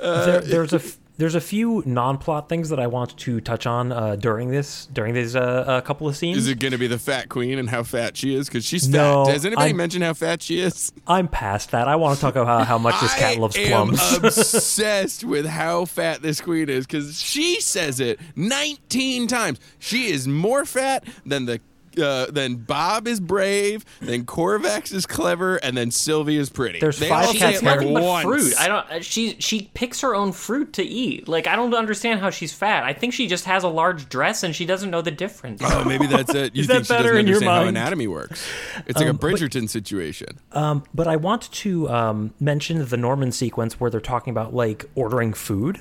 Uh, there, there's a f- there's a few non-plot things that I want to touch on uh, during this during these uh, uh, couple of scenes. Is it going to be the fat queen and how fat she is? Because she's No, fat. Does anybody I- mention how fat she is? I'm past that. I want to talk about how much this cat I loves am plums. obsessed with how fat this queen is because she says it 19 times. She is more fat than the uh, then Bob is brave, then Corvax is clever, and then Sylvie is pretty. There's they five all say cats it there. like Nothing but once. fruit. I don't. uh, She she picks her own fruit to eat. Like I don't understand how she's fat. I think she just has a large dress and she doesn't know the difference. Oh, maybe that's it. You Is think that she doesn't better in your understand how mind? anatomy works? It's Um, like a Bridgerton situation. But I want to um, mention the Norman sequence where they're talking about like ordering food.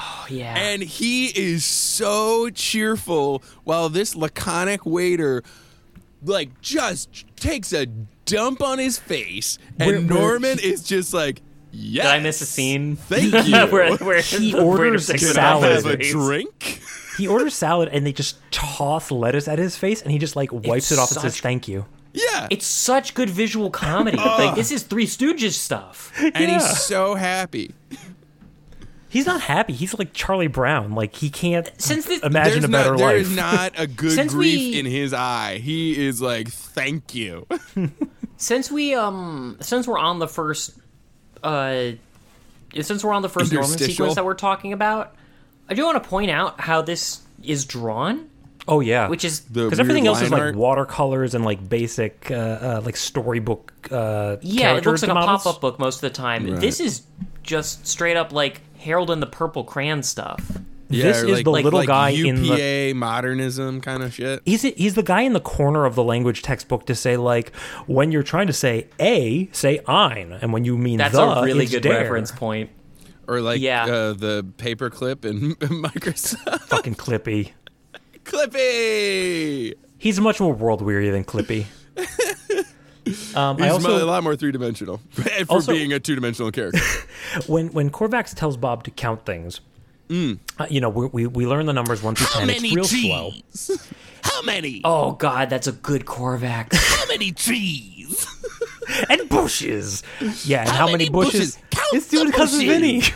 Oh, yeah. And he is so cheerful while this laconic waiter, like, just takes a dump on his face. And Where- where- Norman is just like, yes. Did I miss a scene? Thank you. where, where He where orders to Can fix it I up salad. have is a based. drink? He orders salad and they just toss lettuce at his face and he just like It's wipes it off and says such- thank you. Yeah. It's such good visual comedy. like this is Three Stooges stuff. and yeah. he's so happy. He's not happy. He's like Charlie Brown. Like he can't Since this- imagine There's a better not, There life. is not a good Since grief we- in his eye. He is like, thank you. Since we um since we're on the first uh since we're on the first Norman Interstitial. sequence that we're talking about, I do want to point out how this is drawn, oh yeah, which is The because everything weird else is line like art. watercolors and like basic uh, uh, like storybook. Uh, yeah, it character looks like models. a pop up book most of the time. This is just straight up like Harold and the Purple Crayon stuff. Yeah, This or is the little guy UPA in the- modernism kind of shit. He's he's the guy in the corner of the language textbook to say like when you're trying to say a say ein and when you mean That's the, a really it's good der. reference point. Or like Yeah. uh, the paperclip and Microsoft Fucking Clippy. Clippy. He's much more world weary than Clippy. Um, I He's mo- a also lot more three dimensional for Also- being a two dimensional character. when when Corvax tells Bob to count things, Mm. uh, you know we, we we learn the numbers one through ten. It's real slow. trees? How many? Oh god, that's a good Corvax. How many trees? and bushes. Yeah, and how, How many, many bushes? bushes? Count it's doing the because of bushes.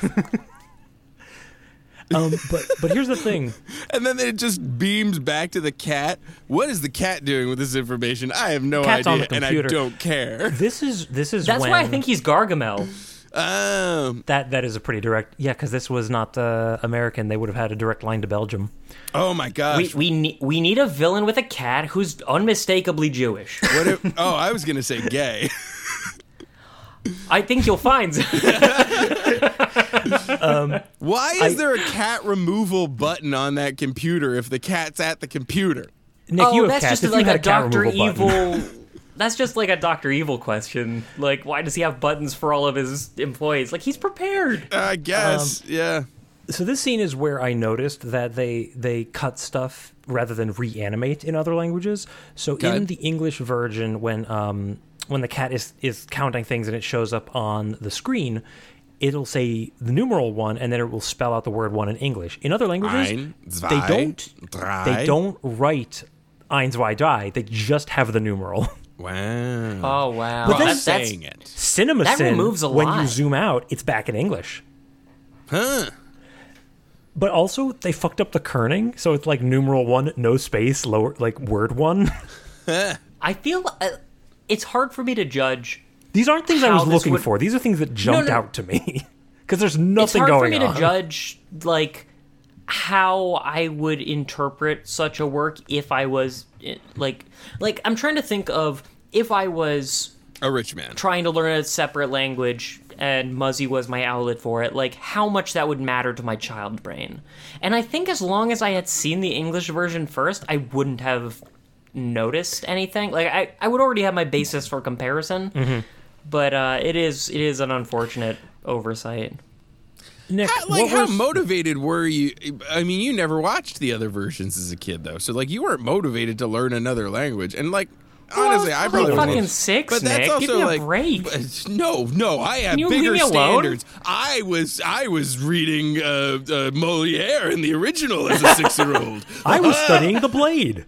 Vinny. um, but but here's the thing. And then it just beams back to the cat. What is the cat doing with this information? I have no Cat's on idea, the and I computer. don't care. This is this is That's when why I think he's Gargamel. Um, that that is a pretty direct. Yeah, because this was not uh, American. They would have had a direct line to Belgium. oh my We gosh! we need we need a villain with a cat who's unmistakably Jewish. What if, oh, I was gonna say gay. I think you'll find. Why is there a cat removal button on that computer if the cat's at the computer? Nick, you oh, have that's cats. just If you like had a a cat Doctor removal button- Evil. that's just like a Doctor Evil question. Like, why does he have buttons for all of his employees? Like, he's prepared. I guess, Um, yeah. So this scene is where I noticed that they they cut stuff rather than reanimate in other languages. So in Got- the English version, when um when the cat is is counting things and it shows up on the screen, it'll say the numeral one and then it will spell out the word one in English. In other languages, Ein, they zwei, don't drei. they don't write ein zwei drei. They just have the numeral. Wow. Oh wow, But That- then that's- saying it. Cinema That removes a when you lot. zoom out, it's back in English. Huh. But also, they fucked up the kerning, so it's like numeral one, no space, lower like word one. I feel uh, it's hard for me to judge. These aren't things I How was this looking would- for. These are things that jumped no. out to me because there's It's nothing hard for going me on. to judge like how I would interpret such a work if I was eh, like like I'm trying to think of if I was A rich man. trying to learn a separate language and Muzzy was my outlet for it, like how much that would matter to my child brain. And I think as long as I had seen the English version first, I wouldn't have noticed anything. Like I, I would already have my basis for comparison. Mm-hmm. But uh, it is it is an unfortunate oversight. Nick, How, like, what how was- motivated were you? I mean, you never watched the other versions as a kid, though. So, like, you weren't motivated to learn another language. And, like, honestly, I I, was probably probably fucking would've- six, But that's Nick. also Give me a like break. but- No, no, I have you leave bigger me alone? standards. I was I was reading uh, uh, Moliere in the original as a Uh, six year old. I was studying the blade.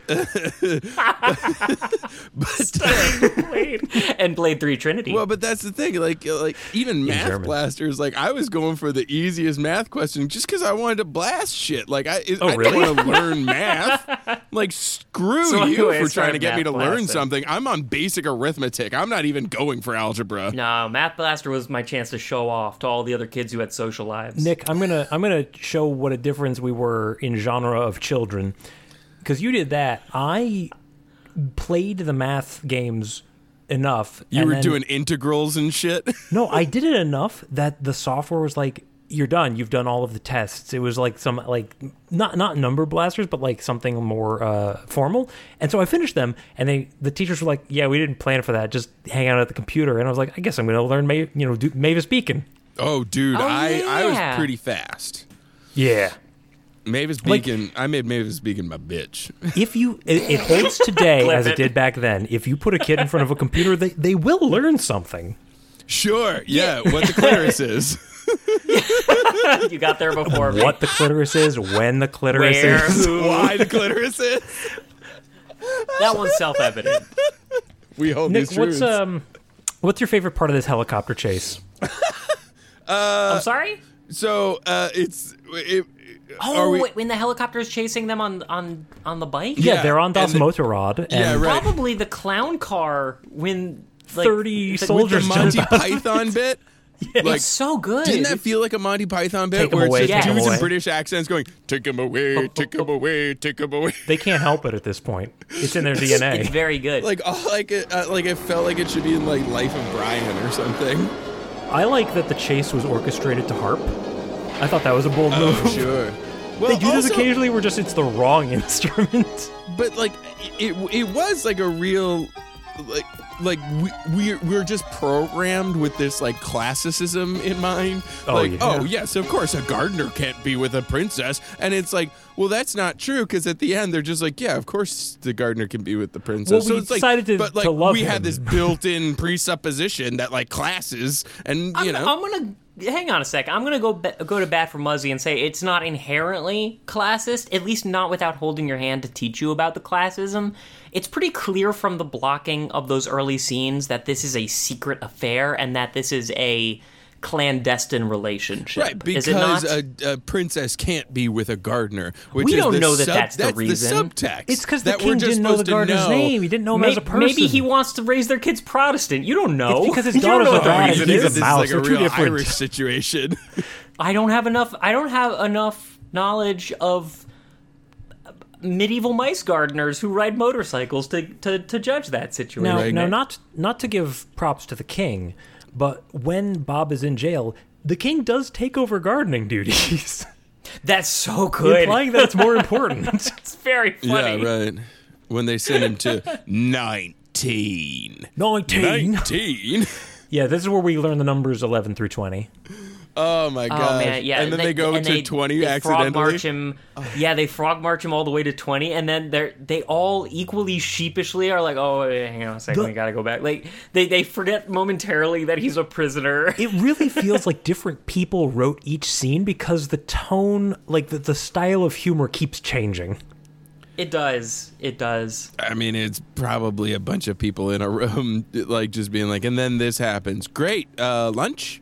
Blade and Blade Three Trinity. Well, but that's the thing. Like, uh, like even math German. blasters. Like, I was going for the easiest math question just because I wanted to blast shit. Like, I, I really? don't want to learn math. Like, screw So you anyway, I for trying to started get me math to learn blasting. something. I'm on basic arithmetic. I'm not even going for algebra. no, Math Blaster was my chance to show off to all the other kids who had social lives. Nick, I'm gonna I'm gonna show what a difference we were in genre of children because you did that. I played the math games enough. You and were then- doing integrals and shit. No, I did it enough that the software was like, "You're done. You've done all of the tests." It was like some like not not number blasters, but like something more uh, formal. And so I finished them, and they the teachers were like, "Yeah, we didn't plan for that. Just hang out at the computer." And I was like, "I guess I'm going to learn, Ma- you know, do Mavis Beacon." oh, dude, I I yeah. was pretty fast. Yeah. Mavis Like- Beacon, I made Mavis Beacon my bitch. If you it, it holds today as it did back then. If you put a kid in front of a computer, they they will learn something. Sure, yeah, what the clitoris is. you got there before me. What the clitoris is, when the clitoris is. Where? Who? Why the clitoris is. That one's self-evident. Uh, We hold Nick, these what's truths. um, what's your favorite part of this helicopter chase? I'm sorry. so uh, it's it, are Oh, we, when the helicopter is chasing them on on on the bike. Yeah, Yeah, they're on and Das the- Motorrad. And yeah, right. Probably the clown car when like, 30 the- the soldiers- Monty Python bit. Like, It's so good. didn't that feel like a Monty Python bit Take 'em where it's away, take just 'em dudes away. in British accents going, "Take him away, take him away, take him away." They can't help it at this point. It's in their It's DNA. very good. like all like it, uh, like it felt like it should be in like Life of Brian or something. I like that the chase was orchestrated to harp. I thought that was a bold move. Oh, sure. Well, Oh. They do this also- occasionally where just it's the wrong instrument. but like it it was like a real like like we we're, we're just programmed with this like classicism in mind Oh, like yeah. oh yes of course a gardener can't be with a princess and it's like well that's not true because at the end they're just like yeah of course the gardener can be with the princess Well, so we it's like decided to- but like to love we him. had this built-in presupposition that like classes and you I'm, know I'm gonna hang on a sec. I'm gonna go ba- go to bat for Muzzy and say it's not inherently classist, at least not without holding your hand to teach you about the classism. It's pretty clear from the blocking of those early scenes that this is a secret affair and that this is a clandestine relationship. Right, is it not? because a, a princess can't be with a gardener. Which We is don't the know that sub- that's the reason. subtext. It's because the that we're king just didn't know the supposed to gardener's know. name. He didn't know him May- as a person. maybe he wants to raise their kids Protestant. You don't know. It's because his You don't daughter's know a what the rat. reason He's is. a this mouse. Is like They're a two real different. Irish situation. I don't have enough. I don't have enough knowledge of medieval mice gardeners who ride motorcycles to to, to judge that situation. Now, Right. now, not not to give props to the king, but when Bob is in jail, the king does take over gardening duties, That's so good. implying that it's more important. it's very funny. Yeah, right. When they send him to nineteen. Nineteen. Nineteen. Yeah, this is where we learn the numbers eleven through twenty. Oh my Oh gosh! man, yeah. and then they, go and to they- twenty they accidentally. Frog march him. Yeah, they frog march him all the way to twenty, and then they are they all equally sheepishly are like, "Oh, wait, hang on a second, The- we gotta go back." Like they they forget momentarily that he's a prisoner. it really feels like different people wrote each scene because the tone like the, the style of humor keeps changing It does. It does. I mean, it's probably a bunch of people in a room, like just being like, and then this happens. Great, uh, lunch.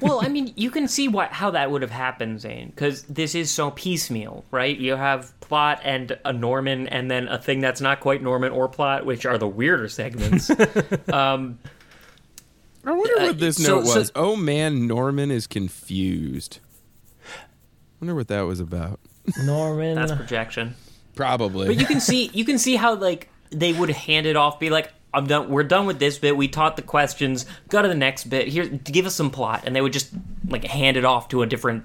well, I mean, you can see what how that would have happened, Zane, because this is so piecemeal, right? You have plot and a Norman, and then a thing that's not quite Norman or plot, which are the weirder segments. I wonder what Uh, this so- note so- was. oh man, Norman is confused. Wonder what that was about. norman that's projection. Probably. But you can see you can see how like they would hand it off, be like, "I'm done. We're done with this bit. We taught the questions. Go to the next bit. Here, give us some plot," and they would just like hand it off to a different.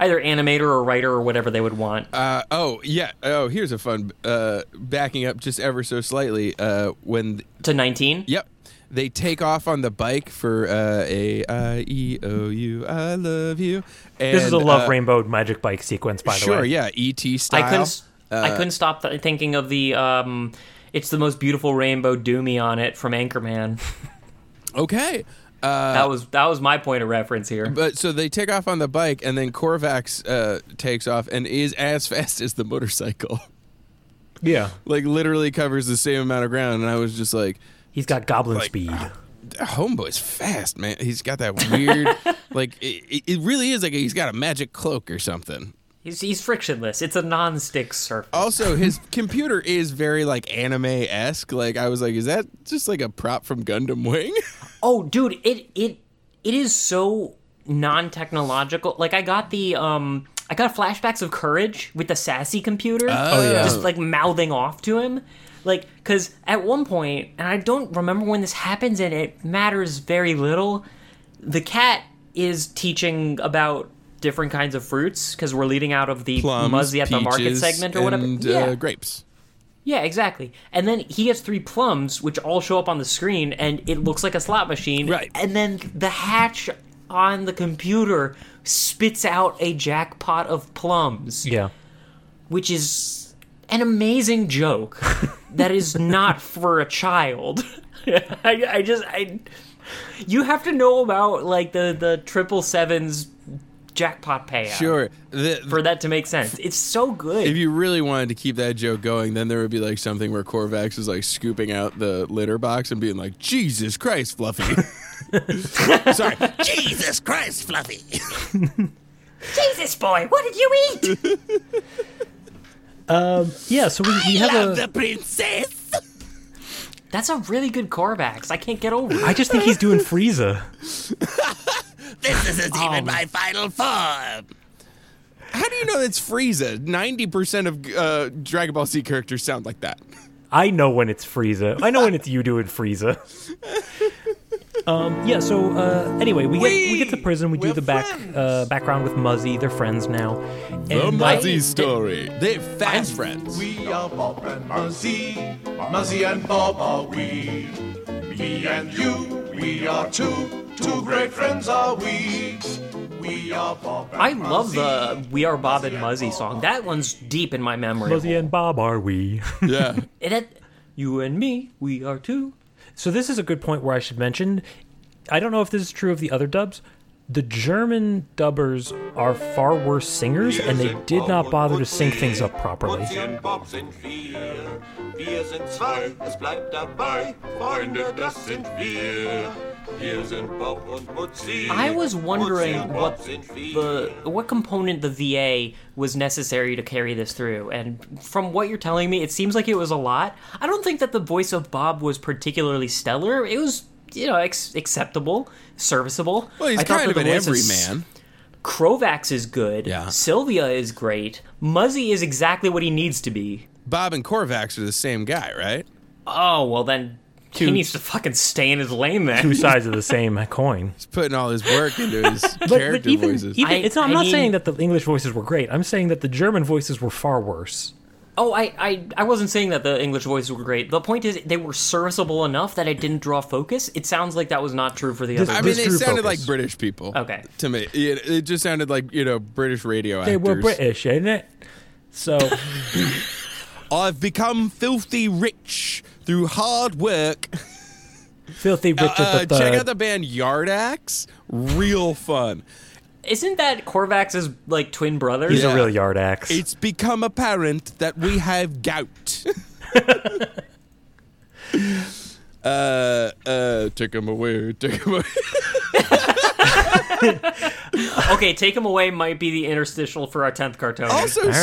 Either animator or writer or whatever they would want. Uh, oh yeah. Oh, here's a fun. Uh, backing up just ever so slightly. Uh, when to 19? yep, they take off on the bike for uh, a I E O U. I love you. And, this is a love uh, rainbow magic bike sequence by Sure. the way Yeah. E T style. Uh, I couldn't. s I couldn't stop th- thinking of the. Um, it's the most beautiful rainbow doomy on it from Anchorman. Okay. Uh, That was that was my point of reference here. but so they take off on the bike, and then Corvax uh, takes off and is as fast as the motorcycle. yeah like literally covers the same amount of ground, and I was just like. ah. he's got goblin speed homeboy's fast, man. He's got that weird, like it, it- it really is like he's got a magic cloak or something. He's, he's frictionless. It's a non-stick surface. Also, his computer is very like anime esque. Like I was like, is that just like a prop from Gundam Wing? Oh, dude, it it it is so non-technological. Like I got the um I got flashbacks of Courage with the sassy computer. Oh, yeah. Just like mouthing off to him. Like, because at one point, and I don't remember when this happens, and it matters very little, the cat is teaching about different kinds of fruits because we're leading out of the Plums, Muzzy at the market peaches, segment or whatever. and, yeah. uh, grapes. Yeah, exactly. And then he gets three plums, which all show up on the screen, and it looks like a slot machine. Right. And then the hatch on the computer spits out a jackpot of plums, Yeah. which is an amazing joke that is not for a child. I, I just, I, you have to know about like the the triple sevens jackpot payout Sure. The- the- for that to make sense. It's so good. if you really wanted to keep that joke going, then there would be like something where Corvax is like scooping out the litter box and being like, "Jesus Christ, Fluffy." Sorry, Jesus Christ, Fluffy. Jesus boy, what did you eat? Yeah, so we, we have a. the princess. That's a really good Corvax. I can't get over it. I just think he's doing Frieza. This isn't even my final form. How do you know that's Frieza? Ninety percent of uh, Dragon Ball Z characters sound like that. I know when it's Frieza. I know when it's you doing Frieza. Um, yeah. So uh, anyway, we get we get to prison. We do We're the back uh, background with Muzzy. They're friends now. And, uh, Muzzy story. They're fast friends. We are Bob and Muzzy, Muzzy and Bob are we. Me and you, we are two, two great friends are we. We are Bob and I love Muzzy. the "We Are Bob and Muzzy" song. That one's deep in my memory. Muzzy and Bob are we? yeah. And it- you and me, we are two. so this is a good point where I should mention. I don't know if this is true of the other dubs. The German dubbers are far worse singers, and they did not bother to sync things up properly. Muzzy and Bob sind wir, wir sind zwei, es bleibt dabei, Freunde, das sind wir. Wir sind Bob und Muzzy. I was wondering Muzzy und what Bob sind wir. the what component the VA was necessary to carry this through. And from what you're telling me, it seems like it was a lot. I don't think that the voice of Bob was particularly stellar. It was, you know, ex- acceptable, serviceable. Well, he's I thought kind that of the an voice of everyman. Krovax is good. Yeah. Sylvia is great. Muzzy is exactly what he needs to be. Bob and Corvax are the same guy, right? Oh well, then he needs to fucking stay in his lane then. Two sides of the same coin. He's putting all his work into his But- character but even, voices. even- I- it's not, I'm I not mean- saying that the English voices were great. I'm saying that the German voices were far worse. Oh, I, I I wasn't saying that the English voices were great. The point is they were serviceable enough that it didn't draw focus. It sounds like that was not true for the This- other. I group. mean, Mr. it sounded Focus. like British people. Okay. To me, it, it just sounded like you know British radio They actors. were British, ain't it? So I've become filthy rich through hard work. filthy Richard Uh, the Third. check out the band Yardax. Real fun. Isn't that Korvax's like twin brothers? He's Yeah. a real yard axe. It's become apparent that we have gout. uh, uh, take him away. Take him away. Okay, take him away might be the interstitial for our tenth cartoon. Also, right.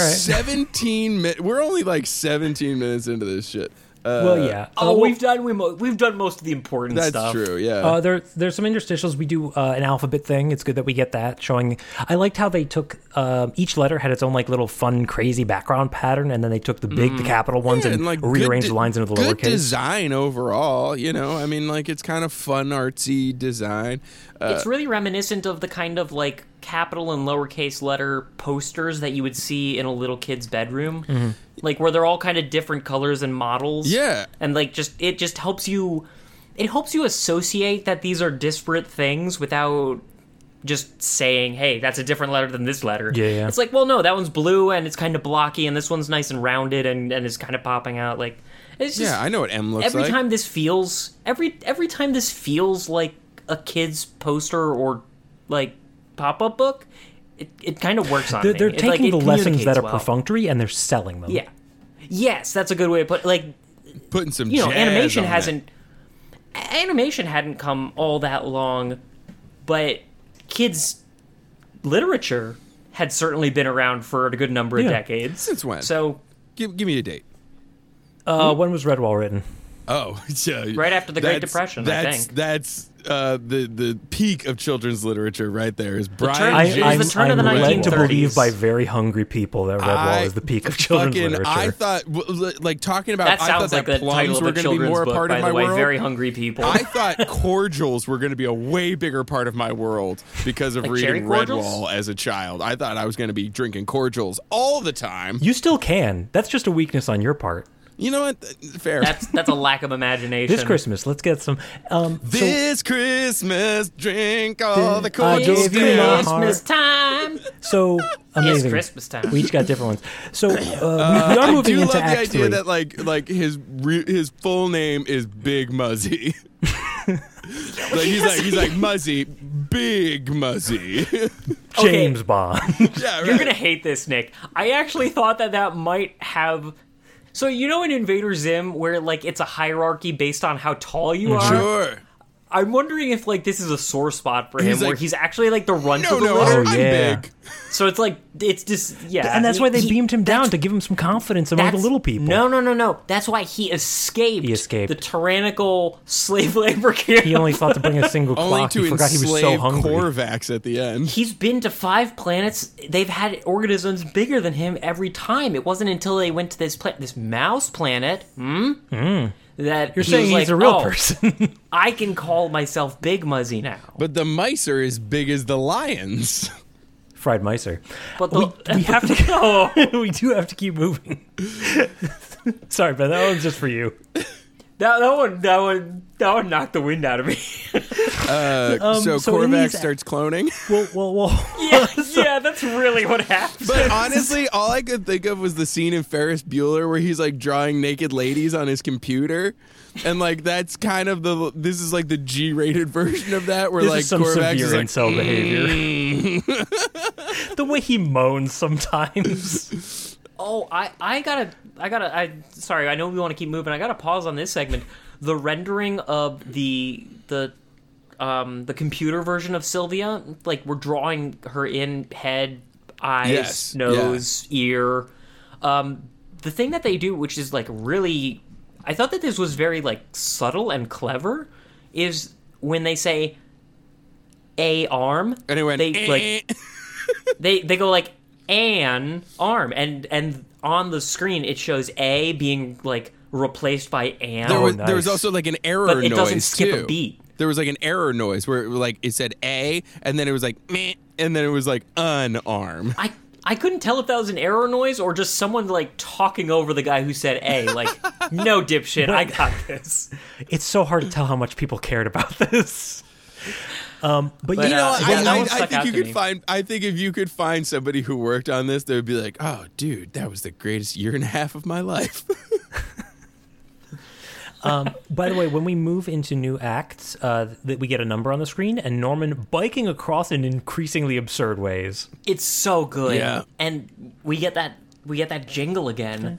17 minutes. We're only like 17 minutes into this shit. Uh, well, yeah. oh, Uh, well, we've done we mo- we've done most of the important that's stuff. true. Yeah. Uh, there, there's some interstitials. We do uh, an alphabet thing. It's good that we get that showing. I liked how they took um, each letter had its own like little fun, crazy background pattern, and then they took the big, the capital ones, Mm. Yeah, and, and, like good rearranged de- the lines into the good lowercase. design overall. You know, I mean, like it's kind of fun, artsy design. Uh, It's really reminiscent of the kind of like capital and lowercase letter posters that you would see in a little kid's bedroom. Like where they're all kind of different colors and models. Yeah. And like just it just helps you it helps you associate that these are disparate things without just saying, "Hey, that's a different letter than this letter." Yeah, yeah. It's like, "Well, no, that one's blue and it's kind of blocky and this one's nice and rounded and and is kind of popping out." Like it's just yeah, I know what M looks every like. time this feels every every time this feels like a kid's poster or like pop-up book it, it kind of works on They're, me. they're It, like, taking it the lessons that communicates are well. perfunctory and they're selling them. yeah yes that's a good way to put like putting some you know jazz animation on that. hasn't a- animation hadn't come all that long but kids literature had certainly been around for a good number of Yeah. decades Since when? so Give, give me a date. Mm-hmm. Uh, when was Redwall written? Oh, yeah. Right after the Great That's- Depression, I That's think. that's uh, the the peak of children's literature right there is Brian. turn- I, It was the I'm, turn of the I'm led to 1930s. believe by very hungry people that Redwall I is the peak of children's fucking, literature. I thought, w- l- like talking about, That I sounds thought like that the title plums of were a going to be children's more a book, part by of the my way. world. Very hungry people. I thought cordials were going to be a way bigger part of my world because of Like cherry reading cordials? Redwall as a child. I thought I was going to be drinking cordials all the time. you still can. That's just a weakness on your part. You know what? Fair. that's that's a lack of imagination. This Christmas, let's get some. Um, so- this Christmas, drink all the I cordials. gave you my down. heart. Christmas time. so amazing. Christmas time. We each got different ones. So uh, we, we are I moving do love into the Act idea Three. that like like his re- his full name is Big Muzzy. like he's like he's like Muzzy, Big Muzzy. Okay. James Bond. yeah, You're right. gonna hate this, Nick. I actually thought that that might have. So you know in Invader Zim where like it's a hierarchy based on how tall you are. Mm-hmm. sure. I'm wondering if like this is a sore spot for him, He's where like, he's actually like the run No, to the no, litter. I'm, Oh, I'm yeah. big. So it's like it's just yeah, and that's why they He- beamed him that's down to give him some confidence among the That's- little people. No, no, no, no. That's why he escaped. He escaped. the tyrannical slave labor camp. He only thought to bring a single Only clock. to he forgot he was so enslave hungry. Corvax at the end. He's been to five planets. They've had organisms bigger than him every time. It wasn't until they went to this planet, this mouse planet, hmm, that You're saying he's like, a real "Oh, person. I can call myself Big Muzzy now. But the mice are as big as the lions. Fried micer. But the, we, we have to oh, we do have to keep moving. Sorry, but that one's just for you. that, that one, that one, that one knocked the wind out of me. Uh, Um, so so in Corvax these- starts cloning. Well, well, well. yeah, yeah, that's really what happened. But honestly, all I could think of was the scene in Ferris Bueller where he's like drawing naked ladies on his computer, and like that's kind of the this is like the G-rated version of that where This like is some Corvax severe is like, "Mm." incel behavior. the way he moans sometimes. Oh, I, I gotta, I gotta, I sorry, I know we want to keep moving. I gotta pause on this segment. The rendering of the the um the computer version of Sylvia, like we're drawing her in head, eyes, Yes, nose, ear. Um, the thing that they do, which is like really, I thought that this was very like subtle and clever, is when they say a arm, and it went they like "Eh." they they go like an arm and and on the screen it shows a being like replaced by an There was, there was nice. also like an error But it noise doesn't skip a too. beat. There was like an error noise where it, like it said a, and then it was like meh, and then it was like an arm. i i couldn't tell if that was an error noise or just someone like talking over the guy who said a like no dipshit i got this It's so hard to tell how much people cared about this. Um, but, But, you You know, know, uh, what? yeah, that I, I, one I stuck out think you to could me. find. I think if you could find somebody who worked on this, they would be like, "Oh, dude, that was the greatest year and a half of my life." by the way, when we move into new acts, uh, that we get a number on the screen and Norman biking across in increasingly absurd ways. it's so good Yeah. and we get that we get that jingle again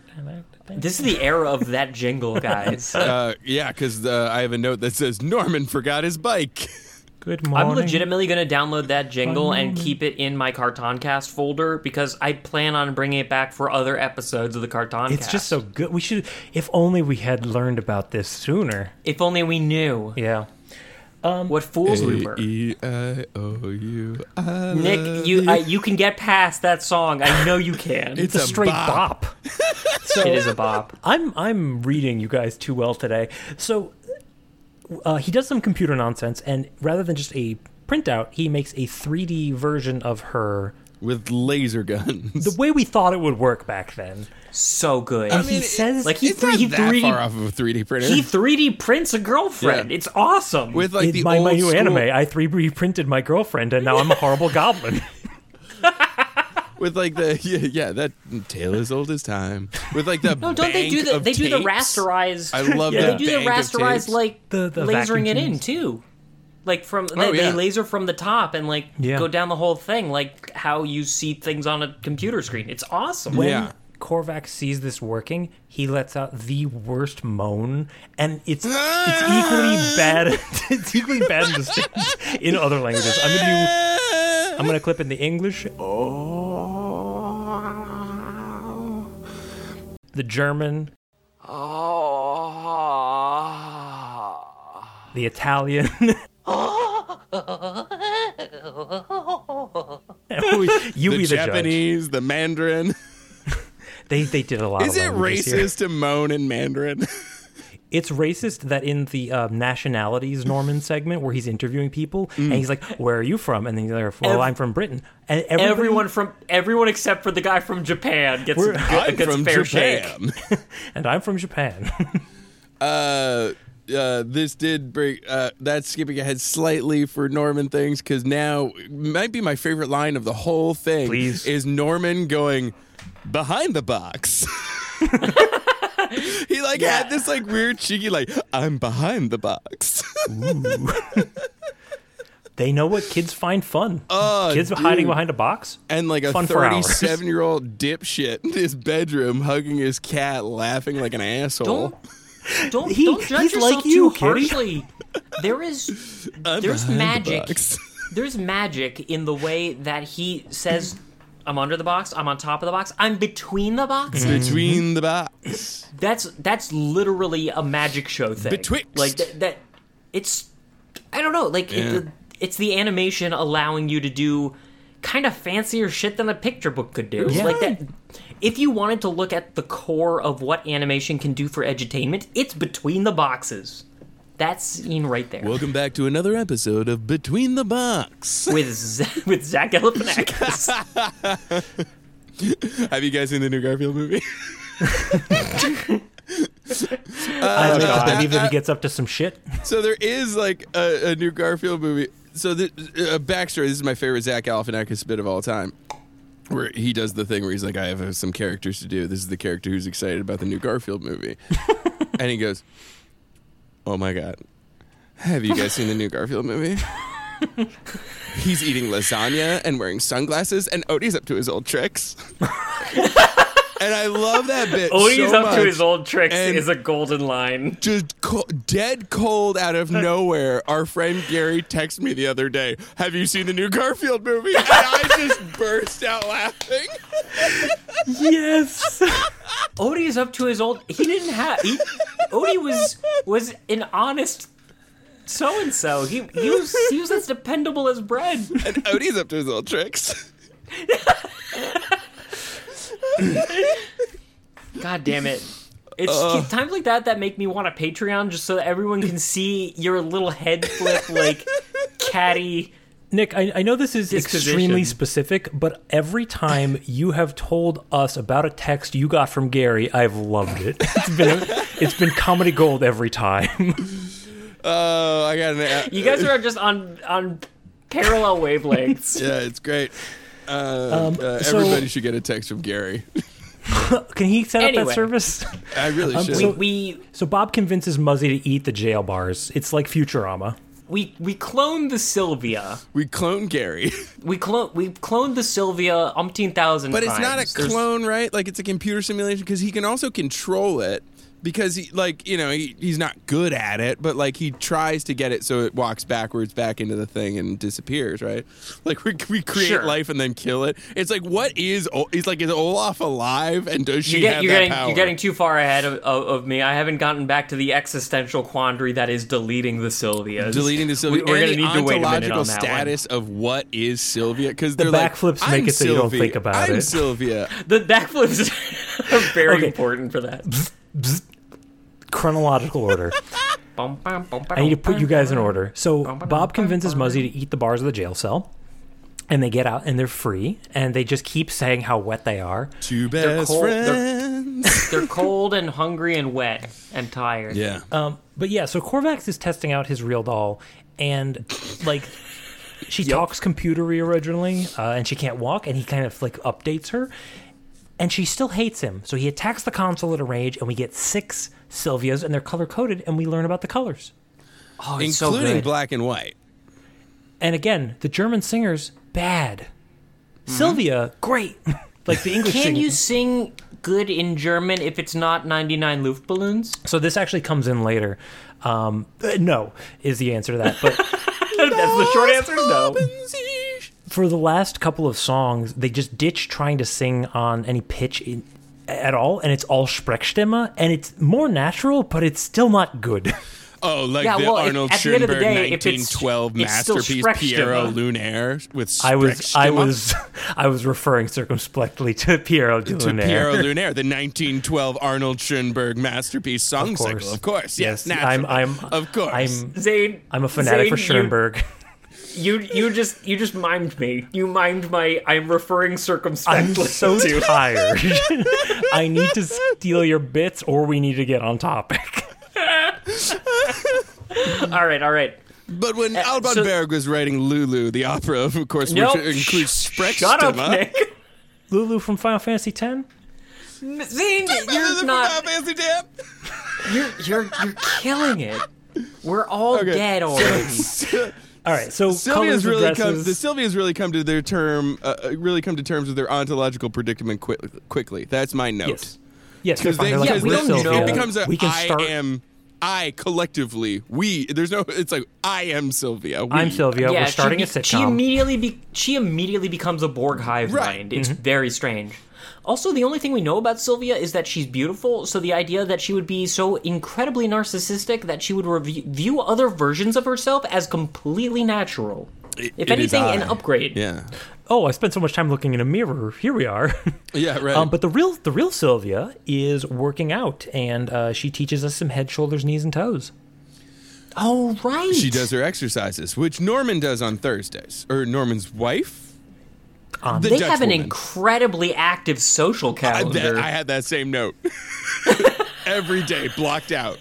this is the era of that jingle guys uh, yeah, because I have a note that says Norman forgot his bike. Good morning. I'm legitimately going to download that jingle and keep it in my Cartoncast folder because I plan on bringing it back for other episodes of the Cartoncast. It's just so good. We should, if only we had learned about this sooner. If only we knew Yeah. what fools we were. E I O U. eh, Nick, you I, you can get past that song. I know you can. It's, a, straight bop. bop. it is a bop. I'm I'm reading you guys too well today. So uh, he does some computer nonsense, and rather than just a printout, he makes a 3D version of her with laser guns. the way we thought it would work back then. So good. he it- says like, he it's not three- that three- far off of a 3D printer. He 3D prints a girlfriend. Yeah. It's awesome. with like in the my, old my new school, anime, I 3D printed my girlfriend, and now I'm a horrible goblin. with like the yeah, yeah that tale as old as time. With like the no, don't they do the they do the rasterized? I love they that. do the rasterized like The- the vacuum lasering it in tubes. too. Like from they, Oh, yeah. they laser from the top and like Yeah. go down the whole thing, like how you see things on a computer screen. It's awesome. When Yeah. Korvac sees this working, he lets out the worst moan, and it's it's equally bad. It's equally bad in, the, in other languages. I'm gonna do. I'm gonna clip in the English, the German, the Italian. you the be the judge. Japanese, the Mandarin. They they did a lot. Is of it languages here. racist to moan in Mandarin? It's racist that in the uh, nationalities Norman segment where he's interviewing people Mm. and he's like, "Where are you from?" and then they're, "Well, Ev- I'm from Britain." And everybody- Everyone from everyone except for the guy from Japan gets, We're- I'm gets from fair shake. Japan. and I'm from Japan. uh, uh, this did break. Uh, that's skipping ahead slightly for Norman things because now might be my favorite line of the whole thing. Please. is Norman going behind the box? he like had this like weird cheeky like I'm behind the box. they know what kids find fun. Oh, kids dude. Oh hiding behind a box. And like a Fun for hours. 37 year old dipshit in his bedroom hugging his cat, laughing like an asshole. Don't don't, He- don't judge he's yourself like you, too Kitty. harshly. There is I'm there's behind the magic. box. there's magic in the way that he says, "I'm under the box. I'm on top of the box. I'm between the Mm-hmm. boxes." Between the box. That's that's literally a magic show thing. Betwixt. like that, that it's I don't know, like Yeah. it, it's the animation allowing you to do kind of fancier shit than a picture book could do. Yeah. Like that if you wanted to look at the core of what animation can do for edutainment, it's between the boxes. That scene right there. Welcome back to another episode of Between the Box. with Z- with Zach Galifianakis, Have you guys seen the new Garfield movie? I would believe that he gets up to some shit. so there is like a, a new Garfield movie. So the uh, backstory. This is my favorite Zach Galifianakis bit of all time, where he does the thing where he's like, "I have uh, some characters to do. This is the character who's excited about the new Garfield movie," and he goes, "Oh my god." Have you guys seen the new Garfield movie? He's eating lasagna and wearing sunglasses, and Odie's up to his old tricks. and I love that bit. Odie's so up to much. his old tricks And- is a golden line. just co- dead cold out of nowhere, our friend Gary texted me the other day, "Have you seen the new Garfield movie?" And I just burst out laughing. Yes. Odie is up to his old. He didn't have. He, Odie was was an honest so and so. He he was he was as dependable as bread. And Odie's up to his old tricks. God damn it! It's times like that that make me want a Patreon just so that everyone can see your little head flip like catty. Nick, I, I know this is Disposition. extremely specific, but every time you have told us about a text you got from Gary, I've loved it. It's been it's been comedy gold every time. Oh, I got an. You guys are just on on parallel wavelengths. yeah, it's great. Uh, Um, uh, so- everybody should get a text from Gary. Can he set up Anyway. that service? I really should. We we So Bob convinces Muzzy to eat the jail bars. It's like Futurama. we we clone the Sylvia. we clone Gary, We clone we cloned the Sylvia umpteen thousand. but it's not a times. There's- clone, right? Like it's a computer simulation because he can also control it. Because he, like you know, he, he's not good at it, but like he tries to get it so it walks backwards back into the thing and disappears, right? Like we, we create Sure. life and then kill it. It's like what is? O- It's like is Olaf alive and does she You get, have you're that getting power? you're getting too far ahead of, of, of me. I haven't gotten back to the existential quandary that is deleting the Sylvias. deleting the Sylvia. We, are gonna and the need to wait a minute ontological on that status of what is Sylvia? Because the backflips like, make I'm it so you don't Sylvie. think about I'm it. Sylvia. one. The backflips are very Okay. important for that. Chronological order. I need to put you guys in order. So Bob convinces Muzzy to eat the bars of the jail cell, and they get out and they're free, and they just keep saying how wet they are. Two best cold- they're- friends. They're cold and hungry and wet and tired. yeah. Um, but yeah, so Corvax is testing out his real doll, and like she talks computery originally, uh, and she can't walk, and he kind of like updates her, and she still hates him. So he attacks the console at a rage, and we get six Sylvias, and they're color coded, and we learn about the colors. Oh, it's so including good. black and white. And again, the German singers bad, Sylvia great, like the English. Can singers. you sing good in German if it's not 99 Luftballons? So this actually comes in later. Um, uh, no is the answer to that. But That's the short answer is no. for the last couple of songs, they just ditch trying to sing on any pitch in, at all, and it's all Sprechstimme, and it's more natural, but it's still not good. Oh, like Yeah, the well, if- Arnold at the end of the Schoenberg day, if it's- 1912 it's still masterpiece Sprechstimme. Piero Lunaire with I was I Sprechstimme was I was referring circumspectly to Piero to Dillon Piero Lunaire, the 1912 Arnold Schoenberg masterpiece song course. cycle. Of course, yes, I'm naturally. I'm of course. I'm Zane, I'm a fanatic Zane, for Schoenberg. You, you you just you just mimed me. You mimed my I'm referring I'm circumspectly. so tired. I need to steal your bits or we need to get on topic. all right, all right. but when Alban Eh, so- Berg was writing Lulu, the opera, of course, Nope. which includes Sprechstimme. Shut up, Nick. Lulu from Final Fantasy X? Zane, you're not. You're you're you're killing it. We're all dead already. All right, so Sylvia's colors really and come. The dresses- Sylvia's really come to their term. Uh, uh, really come to terms with their ontological predicament qui- quickly. That's my note. Yes. Yes, Because they're they, yeah, fine. They're like, because we we're don't then Sylvia. know. it becomes a I we can start. am I collectively we. There's no. It's like I am Sylvia. we." I'm Sylvia. yeah, we're starting she, a be- sitcom. She immediately be, she immediately becomes a Borg hive Right. mind. It's Mm-hmm. very strange. Also, the only thing we know about Sylvia is that she's beautiful. So the idea that she would be so incredibly narcissistic that she would review view other versions of herself as completely natural. if it is anything, I. an upgrade. Yeah. oh, I spent so much time looking in a mirror. Here we are. Yeah. Right. Um, but the real the real Sylvia is working out, and uh, she teaches us some head, shoulders, knees, and toes. Oh right. she does her exercises, which Norman does on Thursdays, or Norman's wife. the Um, They Dutch have an woman. incredibly active social I, that- calendar. I had that same note. Every day, blocked out.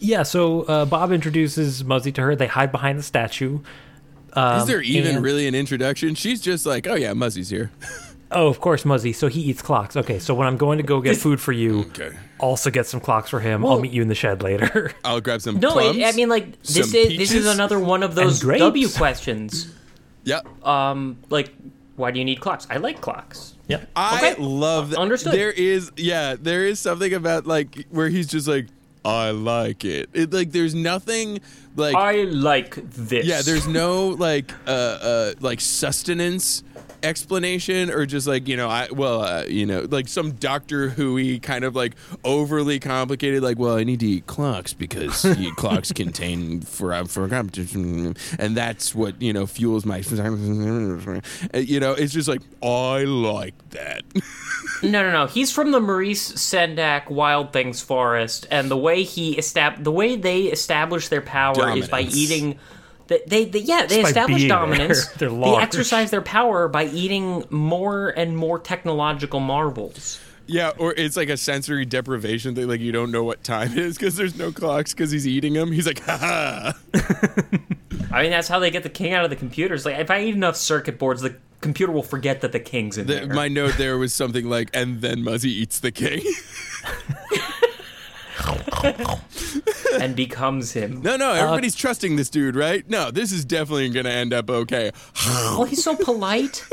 Yeah. So uh, Bob introduces Muzzy to her. They hide behind the statue. Um, Is there even and- really an introduction? She's just like, oh yeah, Muzzy's here. Oh, of course, Muzzy. So he eats clocks. Okay. So when I'm going to go get food for you, Okay. also get some clocks for him. I'll Well- meet you in the shed later. I'll grab some. no, plums. it, I mean like this Some is this peaches? is another one of those grapes. W questions. Yep. Um, like why do you need clocks? I like clocks. yeah. I Okay. love that. Understood. There is, yeah, there is something about like where he's just like, I like it. it like, there's nothing like, I like this. yeah, there's no like, uh, uh, like sustenance explanation or just like you know i well uh, you know like some doctor who kind of like overly complicated like well i need to eat clocks because you, clocks contain for uh, for and that's what you know fuels my you know it's just like i like that No, no, no. He's from the Maurice Sendak Wild Things Forest, and the way he estab- the way they establish their power is by Dominance. eating. They, they, they yeah, they by establish being there. dominance. They're they large. exercise their power by eating more and more technological marvels. Yeah, or it's like a sensory deprivation thing. Like you don't know what time it is because there's no clocks because he's eating them. He's like, ha ha. I mean, that's how they get the king out of the computers. Like, if I eat enough circuit boards, the computer will forget that the king's in The- there. My note there was something like, and then Muzzy eats the king. and becomes him. no, no, everybody's trusting this dude, right? No, this is definitely going to end up okay. Oh, he's so polite.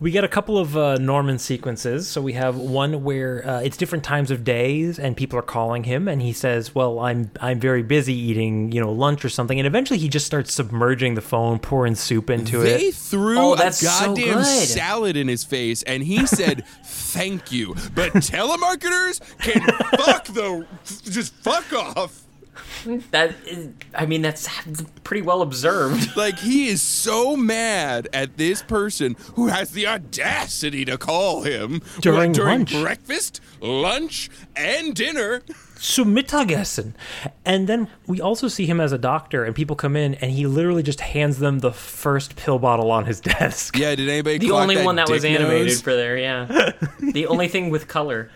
We get a couple of uh, Norman sequences. So we have one where uh, it's different times of days, and people are calling him, and he says, "Well, I'm I'm very busy eating, you know, lunch or something." And eventually, he just starts submerging the phone, pouring soup into They it. threw Oh, a that's so goddamn good. salad in his face, and he said, "Thank you," but telemarketers can fuck the just fuck off. That, is, I mean, that's pretty well observed. Like he is so mad at this person who has the audacity to call him During during lunch. breakfast, lunch, and dinner. Zu Mittagessen. And then we also see him as a doctor, and people come in, and he literally just hands them the first pill bottle on his desk. Yeah, did anybody? The only one that was animated for there, yeah. the only thing with color.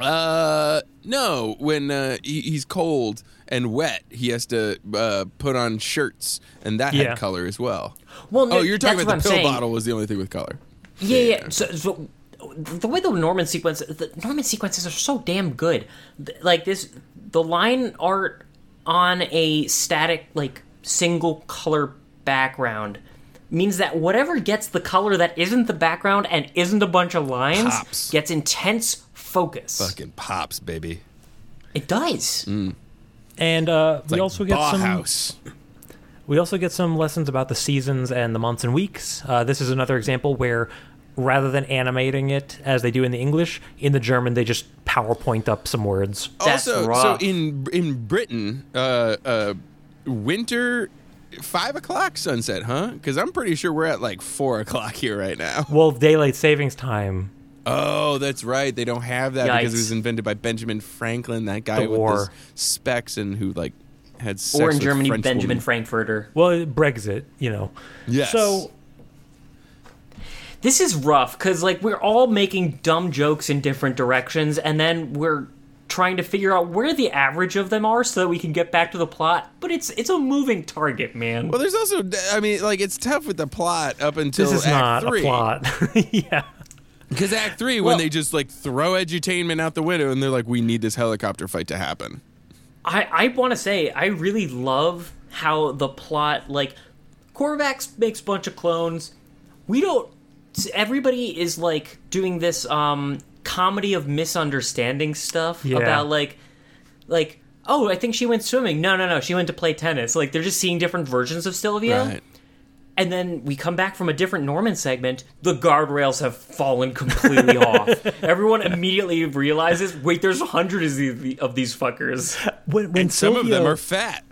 Uh, no. When uh, he, he's cold and wet, he has to uh, put on shirts, and that Yeah. had color as well. Well, no, oh, you're talking that's about the what pill I'm saying. bottle was the only thing with color. Yeah, yeah. So, so the way the Norman sequence, the Norman sequences are so damn good. Th- Like this, the line art on a static, like single color background means that whatever gets the color that isn't the background and isn't a bunch of lines Pops. gets intense focus. Fucking pops, baby. It does. Mm. And uh, we also get some Bauhaus. We also get some lessons about the seasons and the months and weeks. Uh, this is another example where rather than animating it as they do in the English, in the German they just PowerPoint up some words. That's also, rough. so in in Britain, uh, uh, winter five o'clock sunset, huh? Because I'm pretty sure we're at like four o'clock here right now. Well, daylight savings time. Oh, that's right. They don't have that because it Yikes. was invented by Benjamin Franklin, that guy with war. his specs and who like had sex or in with Germany, French Benjamin woman. Frankfurter. Well, Brexit, you know. Yes. So This is rough because like we're all making dumb jokes in different directions, and then we're trying to figure out where the average of them are so that we can get back to the plot. But it's it's a moving target, man. Well, there's also, I mean, like it's tough with the plot up until this is Act not Three. a plot. yeah. Because Act Three, Well- when they just like throw edutainment out the window and they're like, "We need this helicopter fight to happen." I, I want to say I really love how the plot like Korvax makes a bunch of clones. We don't. Everybody is like doing this um comedy of misunderstanding stuff Yeah. about like like oh I think she went swimming. No no no she went to play tennis. Like they're just seeing different versions of Sylvia. Right. And then we come back from a different Norman segment. The guardrails have fallen completely off. Everyone immediately realizes, wait, there's hundreds of these, of these fuckers. When, when Some of them Sylvia- are fat.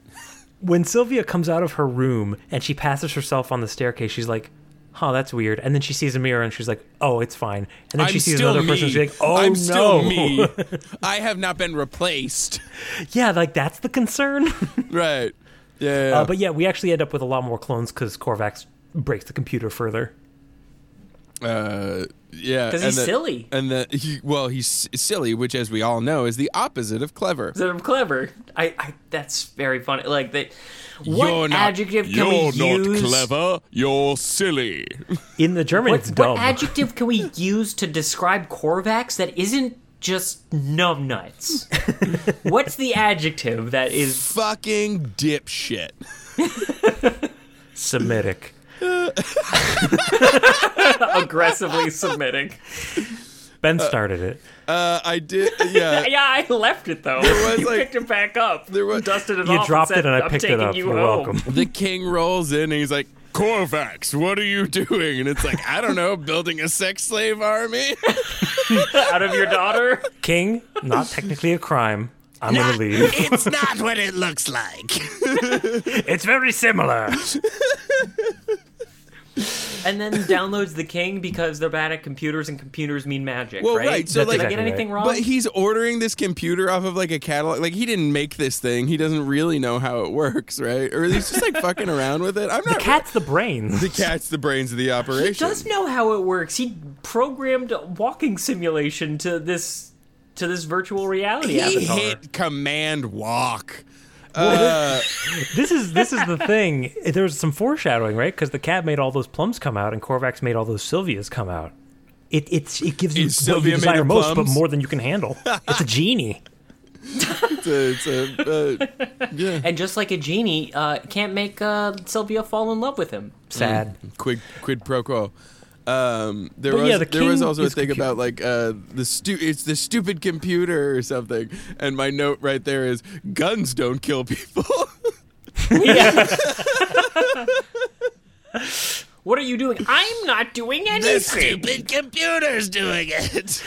when Sylvia comes out of her room and she passes herself on the staircase, she's like, "Huh, that's weird." And then she sees a mirror and she's like, "Oh, it's fine." And then I'm she sees still another me. person. She's like, "Oh I'm no, still me. I have not been replaced. yeah, like that's the concern." Right. Yeah. Uh, but yeah, we actually end up with a lot more clones because Korvax breaks the computer further. Uh, yeah. 'Cause and he's silly. And the he, well, he's s- silly, which, as we all know, is the opposite of clever. that I'm clever. I, I that's very funny. Like that. What you're not, adjective can you're we use? not clever. You're silly. In the German, What, it's what dumb. adjective can we use to describe Corvax that isn't just numbnuts? What's the adjective that is? Fucking dipshit. Semitic. Aggressively submitting. Ben started it. Uh, I did. Yeah. Yeah, I left it though. was, you like- picked it back up. there was- dusted it You off. dropped and it said, and I "I'm picked it taking up. You You're home." welcome. the king rolls in and he's like, Corvax, what are you doing? And it's like, I don't know, building a sex slave army? Out of your daughter. King, not technically a crime. I'm gonna leave. it's not what it looks like. It's very similar. and then downloads the king because they're bad at computers and computers mean magic, Well, right? right, so, Did like- I get Exactly anything right. wrong? But he's ordering this computer off of like a catalog. Like he didn't make this thing. He doesn't really know how it works, right? Or he's just like fucking around with it. I'm not. The cat's the brains. the cat's the brains of the operation. He does know how it works. He programmed a walking simulation to this to this virtual reality He avatar. hit command walk. This is this is the thing. There was some foreshadowing, right? Because the cat made all those plums come out, and Korvax made all those Sylvias come out. It it's it gives you Is what you Sylvia made desire of most, but plums? more than you can handle. It's a genie. It's a- it's a- uh, And just like a genie, uh, can't make uh, Sylvia fall in love with him. Sad. Mm. uh, quid quid pro quo. Um, there But was yeah, the there was king also a is thing computer. about like uh, the stu- it's the stupid computer or something. And my note right there is guns don't kill people. What are you doing? I'm not doing anything. computer's doing it.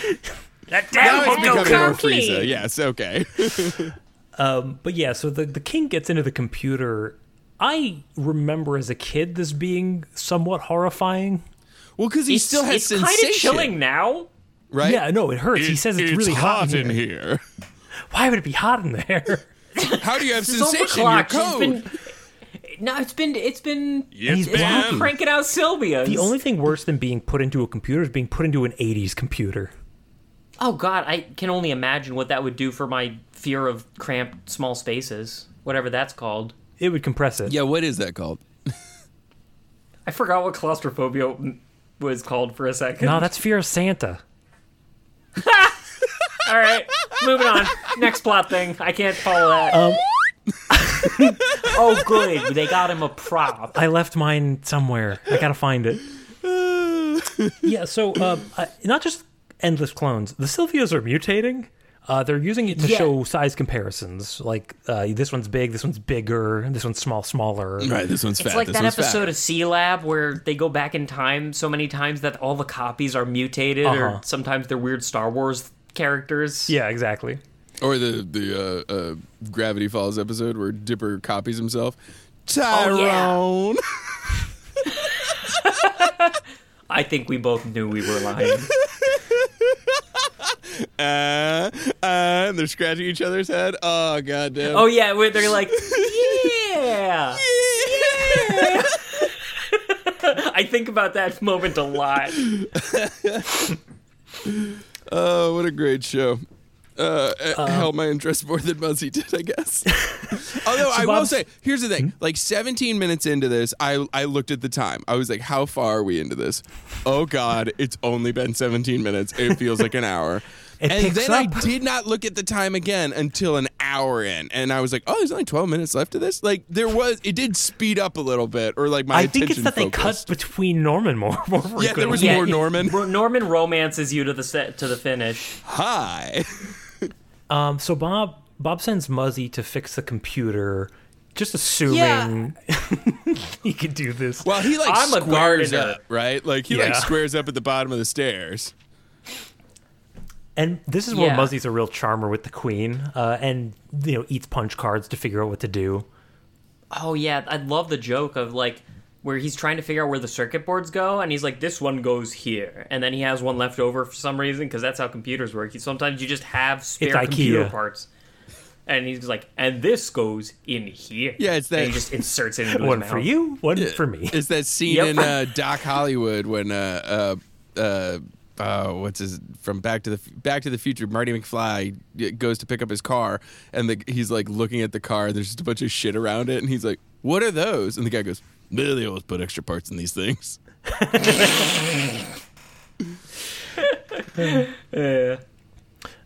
That damn Now Hogo it's becoming more company. Frieza. Yes, okay. But yeah, so the the king gets into the computer. I remember as a kid this being somewhat horrifying. Well, because he still it's has kind sensation, of chilling now. right? Yeah, no, it hurts. he says it's, really hot, in here. here. Why would it be hot in there? How do you have It's sensation? Your overclocked. It's code. been no, it's been it's been Yes, He's ma'am. I'm cranking out Sylvia. the only thing worse than being put into a computer is being put into an '80s computer. Oh God, I can only imagine what that would do for my fear of cramped small spaces, whatever that's called. It would compress it. Yeah, what is that called? I forgot what claustrophobia m- was called for a second. No, that's fear of Santa. All right, moving on. Next plot thing. I can't follow that. Um, oh, good. They got him a prop. I left mine somewhere. I gotta find it. yeah, so uh, uh, not just endless clones. The Sylvias are mutating. Uh, they're using it to Yeah. show size comparisons. Like uh, this one's big, this one's bigger, this one's small, smaller. Right, this one's It's fat. like this that one's fat. episode of C Lab where they go back in time so many times that all the copies are mutated, Uh-huh. or sometimes they're weird Star Wars characters. Yeah, exactly. Or the the uh, uh, Gravity Falls episode where Dipper copies himself. Tyrone. Oh, yeah. I think we both knew we were lying. uh, uh, and they're scratching each other's head. Oh goddamn. oh yeah, where they're like, yeah. I think about that moment a lot. Oh, what a great show. Uh, it Um, held my interest more than Muzzy did, I guess. Although I will Bob's- Hmm? say, here's the thing: like 17 minutes into this, I I looked at the time. I was like, "How far are we into this?" Oh God, it's only been 17 minutes. It feels like an hour. It and picks then I up. did not look at the time again until an hour in, and I was like, "Oh, there's only 12 minutes left of this." Like there was, it did speed up a little bit, or like my I think it's attention that they focused. cut between Norman more more frequently. Yeah, there was Yeah, more it- Norman. Ro- Norman romances you to the set to the finish. Hi. Um, so Bob Bob sends Muzzy to fix the computer, just assuming he could do this. Well, he like I'm a squares gardener. up, right? Like he like Yeah. squares up at the bottom of the stairs. and this is where Yeah. Muzzy's a real charmer with the Queen, uh, and you know eats punch cards to figure out what to do. Oh yeah, I love the joke of like where he's trying to figure out where the circuit boards go, and he's like, "This one goes here," and then he has one left over for some reason because that's how computers work. You- Sometimes you just have spare It's computer IKEA. parts, and he's like, "And this goes in here." Yeah, it's that- And he just inserts it into One his for mouth. you, one for me. It's that scene Yep. in uh, Doc Hollywood when uh, uh, uh, uh, what's his from Back to the Back to the Future? Marty McFly goes to pick up his car, and the, he's like looking at the car. And there's just a bunch of shit around it, and he's like, "What are those?" And the guy goes, "Nah, "They always put extra parts in these things."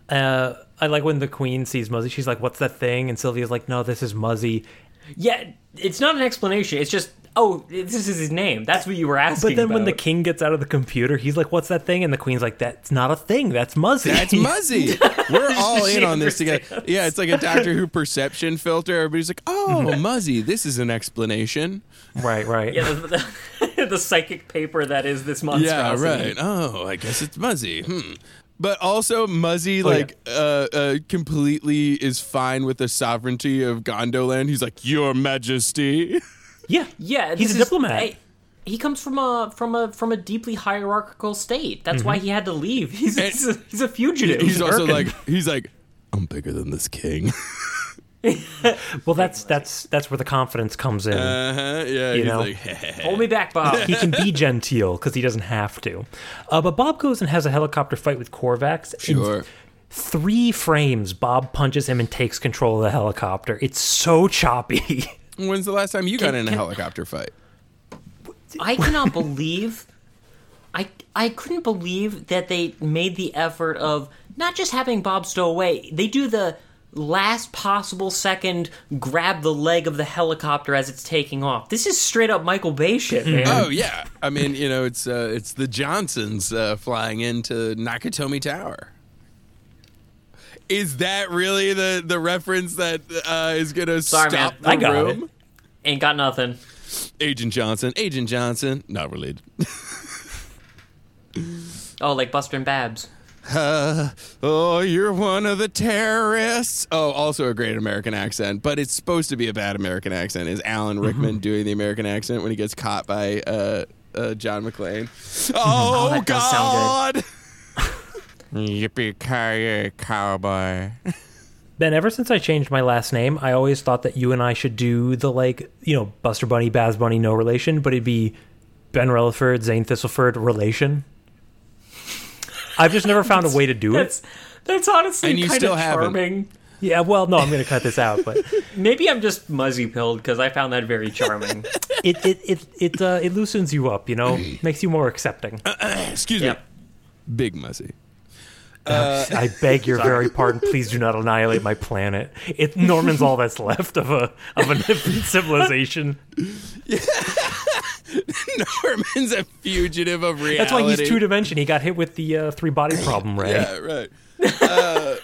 Uh, I like when the Queen sees Muzzy. She's like, "What's that thing?" And Sylvia's like, "No, this is Muzzy." Yeah, it's not an explanation. It's just, oh, this is his name. That's what you were asking. But then when the about. King gets out of the computer, he's like, "What's that thing?" And the Queen's like, "That's not a thing. That's Muzzy." That's Muzzy. We're all She in on this together. Yeah, it's like a Doctor Who perception filter. Everybody's like, "Oh, Muzzy, this is an explanation." right, right. yeah, the, the, the psychic paper that is this Yeah, monstrosity. right. Oh, I guess it's Muzzy. Hmm. But also, Muzzy Oh, yeah. like uh, uh, completely is fine with the sovereignty of Gondoland. He's like, "Your Majesty." yeah, Yeah, He's this a is- diplomat. I- he comes from a from a from a deeply hierarchical state. That's Mm-hmm. why he had to leave. He's he's a, he's a fugitive. He's also Erkin. like, he's like, "I'm bigger than this king." Well, that's that's that's where the confidence comes in. Uh-huh, yeah, he's know? like, Hold me back, Bob. he can be genteel because he doesn't have to. Uh, but Bob goes and has a helicopter fight with Korvax. "Sure." In three frames, Bob punches him and takes control of the helicopter. It's so choppy. When's the last time you got in a helicopter fight? I cannot believe I I couldn't believe that they made the effort of not just having Bob stow away. They do the last possible second grab the leg of the helicopter as it's taking off. This is straight up Michael Bay shit, Mm-hmm. man. Oh yeah, I mean, you know, it's uh, it's the Johnsons uh, flying into Nakatomi Tower. Is that really the the reference that uh, is going to Sorry, man. stop the I got room? Ain't got nothing. Agent Johnson, Agent Johnson, not related. Oh, like Buster and Babs. Uh, oh, you're one of the terrorists. Oh, also a great American accent, but it's supposed to be a bad American accent. Is Alan Rickman doing the American accent when he gets caught by uh, uh, John McClane? Oh, that does sound God! Yippee ki cowboy! Ben, ever since I changed my last name, I always thought that you and I should do the like, you know, Buster Bunny, Baz Bunny, no relation, but it'd be Ben Relaford, Zane Thistleford, relation. I've just never found a way to do it. That's that's honestly And you kind still of haven't. charming. Yeah, well, no, I'm going to cut this out, but Maybe I'm just muzzy pilled because I found that very charming. it it it it, uh, it loosens you up, you know, makes you more accepting. Excuse Yep. me, Big Muzzy. I beg your very pardon. Please do not annihilate my planet. It Norman's all that's left of a of an infant civilization. Norman's a fugitive of reality. That's why he's two dimension. He got hit with the uh, three body problem, right? Yeah, right. Uh,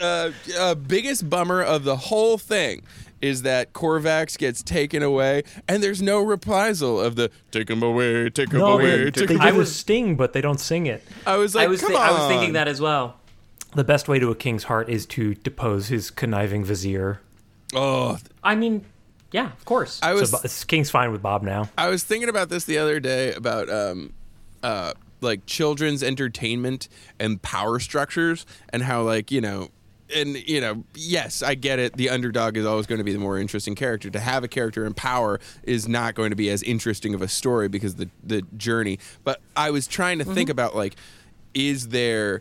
uh, uh, biggest bummer of the whole thing is that Corvax gets taken away, and there's no reprisal of the "Take him away, take him No, away." they, Take they him do the away." sting, but they don't sing it. I was like, I was "Come thi- I was on." thinking that as well. The best way to a king's heart is to depose his conniving vizier. Oh, I mean, yeah, of course. I So was Bo- s- king's fine with Bob now. I was thinking about this the other day about um, uh, like children's entertainment and power structures and how like you know and you know yes I get it the underdog is always going to be the more interesting character to have a character in power is not going to be as interesting of a story because the the journey but I was trying to think about like is there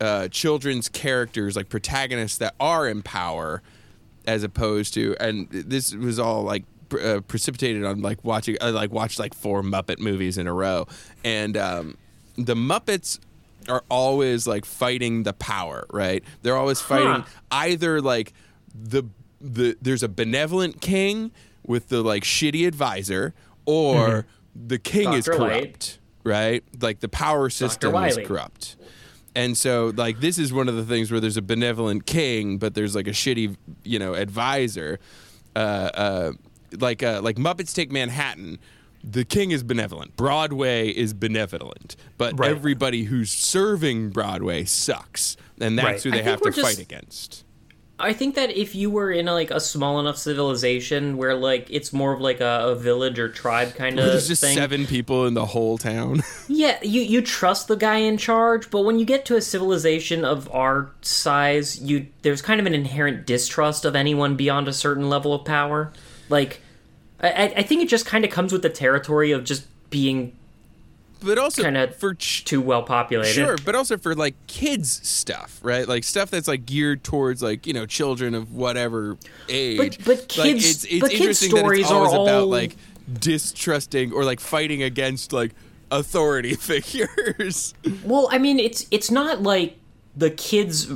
uh, children's characters like protagonists that are in power as opposed to and this was all like pr- uh, precipitated on like watching I like watched like four Muppet movies in a row and um, the Muppets are always like fighting the power right they're always fighting either like the the there's a benevolent king with the like shitty advisor or the king is Dr. corrupt Light. right like the power system is Wiley. corrupt and so, like, this is one of the things where there's a benevolent king, but there's like a shitty, you know, advisor. Uh, uh, like, uh, like Muppets Take Manhattan. The king is benevolent. Broadway is benevolent, but Right. everybody who's serving Broadway sucks, and that's Right. who they I have to think we're fight just- against. I think that if you were in like a small enough civilization where like it's more of like a, a village or tribe kind of There's just thing, seven people in the whole town. yeah, you you trust the guy in charge, but when you get to a civilization of our size, you there's kind of an inherent distrust of anyone beyond a certain level of power. Like, I, I- I think it just kind of comes with the territory of just being but also Kinda for ch- too well populated. Sure, but also for like kids stuff, right? Like stuff that's like geared towards like you know children of whatever age. But- but Like, kids- it's, it's but kids' interesting that stories it's are always about all- like distrusting or like fighting against like authority figures. Well, I mean, it's it's not like the kids'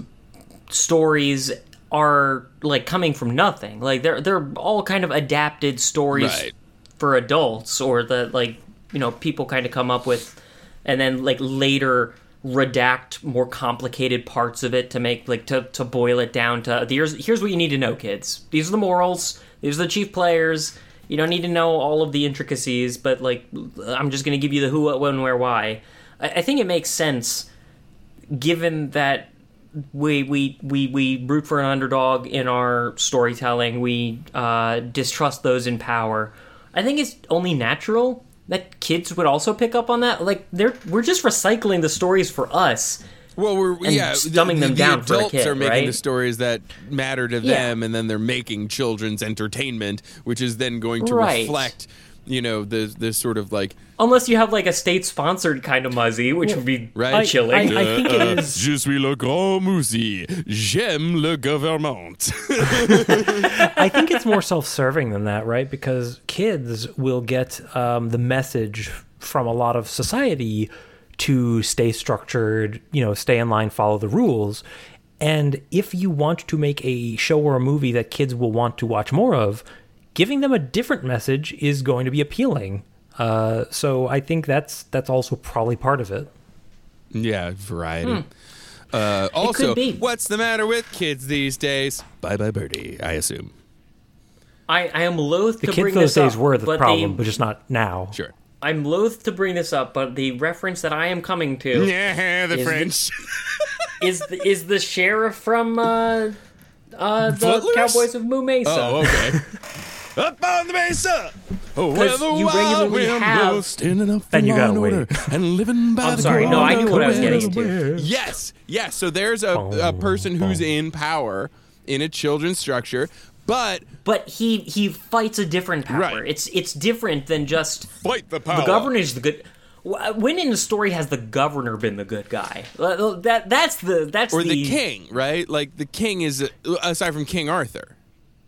stories are like coming from nothing. Like they're they're all kind of adapted stories Right. for adults, or that like you know people kind of come up with, and then like later redact more complicated parts of it to make like to to boil it down to here's here's what you need to know, kids. These are the morals. These are the chief players. You don't need to know all of the intricacies, but like I'm just going to give you the who, what, when, where, why. I, I think it makes sense given that we we we we root for an underdog in our storytelling. We uh, distrust those in power. I think it's only natural that kids would also pick up on that. Like they're we're just recycling the stories for us. Well, we're yeah, the- dumbing the, them the down for a Adults kid, are making the right? stories that matter to Yeah. them, and then they're making children's entertainment, which is then going to Right. reflect, you know, the the sort of like Unless you have like a state sponsored kind of muzzy, which would be Right. I, chilling. I, I think it is. Uh, Je suis le grand musée. J'aime le gouvernement. I think it's more self-serving than that, right? Because kids will get um, the message from a lot of society to stay structured, you know, stay in line, follow the rules. And if you want to make a show or a movie that kids will want to watch more of, giving them a different message is going to be appealing. Uh, so I think that's that's also probably part of it. yeah, variety. Uh, also, Hmm. could be. what's the matter with kids these days? Bye bye birdie, I assume. I, I am loath The to kids bring those this days up, were the but problem, the- but just not now. Sure. I'm loath to bring this up, but the reference that I am coming to Yeah, the Is French. is the, is the sheriff from uh, uh, the Footloose? Cowboys of Moo Mesa. oh, okay. Up on the mesa. Oh, where the you wild regularly wind have- blows, standing up for And you law gotta and wait. order, and living by I'm the sorry. No, I knew what I was getting chronicles. to. Yes, yes. So there's a, a person who's in power in a children's structure, but But he he fights a different power. Right. Oh. It's it's different than just fight the power. the governor's the good. Wh- When in the story has the governor been the good guy? Uh, That that's the that's or the, king, right? Like the king is aside from King Arthur.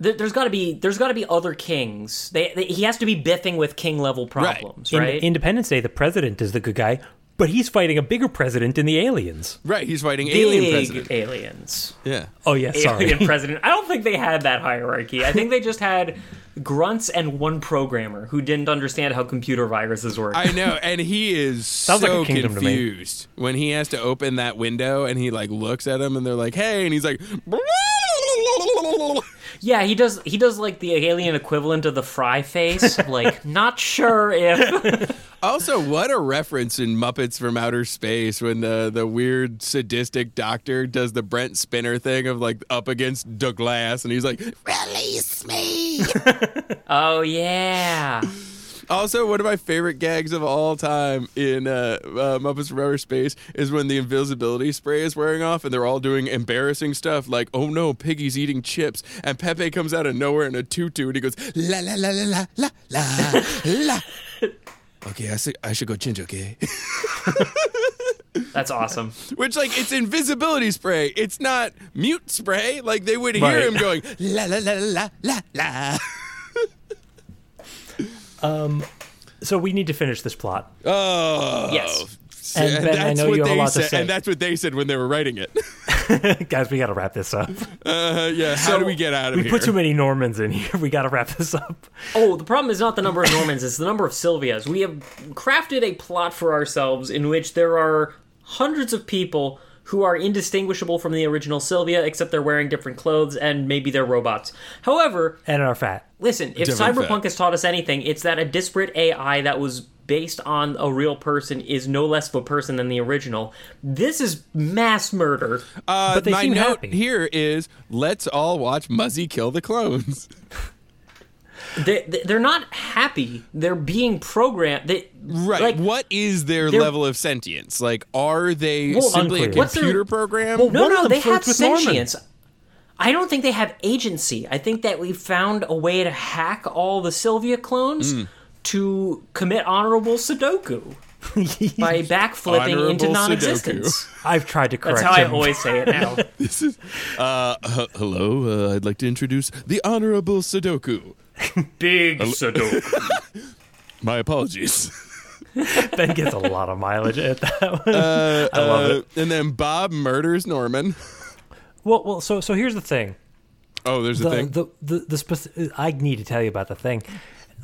There, has got to be there's got to be other kings. They, they- he has to be biffing with king level problems, right? In Independence Day, the president is the good guy, But he's fighting a bigger president in the aliens. Right, he's fighting Big alien president. aliens. Yeah. Oh yeah, sorry. Alien president. I don't think they had that hierarchy. I think they just had grunts and one programmer who didn't understand how computer viruses work. I know, and he is like so a kingdom to me. confused when he has to open that window, and he like looks at him, and they're like, "Hey," and he's like, yeah, he does. He does like the alien equivalent of the fry face. like, not sure if. Also, what a reference in Muppets from Outer Space when the, the weird sadistic doctor does the Brent Spinner thing of like up against the glass and he's like, release me. Oh yeah. also, one of my favorite gags of all time in uh, uh, Muppets from Outer Space is when the invisibility spray is wearing off and they're all doing embarrassing stuff like, oh no, Piggy's eating chips. And Pepe comes out of nowhere in a tutu and he goes, la la la la la la la la. Okay, I, see, I should go change, okay? That's awesome. Which, like, it's invisibility spray. It's not mute spray. Like, they would hear Right. him going, la, la, la, la, la, la. so we need to finish this plot. Oh. Yes. And Ben, I know you have a they lot to said, say. And that's what they said when they were writing it. Guys, we got to wrap this up. Uh, yeah, how do we get out of We here? put too many Normans in here. We got to wrap this up. Oh, the problem is not the number of Normans, it's the number of Sylvias. We have crafted a plot for ourselves in which there are hundreds of people who are indistinguishable from the original Sylvia, except they're wearing different clothes and maybe they're robots. However, And our fat. listen, if Different Cyberpunk fact. has taught us anything, it's that a disparate AI that was based on a real person is no less of a person than the original. This is mass murder. Uh, they my seem note happy. here is let's all watch Muzzy kill the clones. They, they- they're not happy. They're being programmed. They, Right. Like, what is their they're- level of sentience? Like, are they Well, simply unclear. a What's their- computer program? No, One of no, them they have flirts with Norman. sentience. I don't think they have agency. I think that we found a way to hack all the Sylvia clones Mm. to commit honorable Sudoku by backflipping into Honorable non-existence. I've tried to correct That's how I him. always say it now. This is, uh, h- hello, uh, I'd like to introduce the Honorable Sudoku. Big Sudoku. My apologies. ben gets a lot of mileage at that one. I love it. Uh, And then Bob murders Norman. Well, well. So, so here's the thing. Oh, there's a the thing. the the, the spec- I need to tell you about the thing.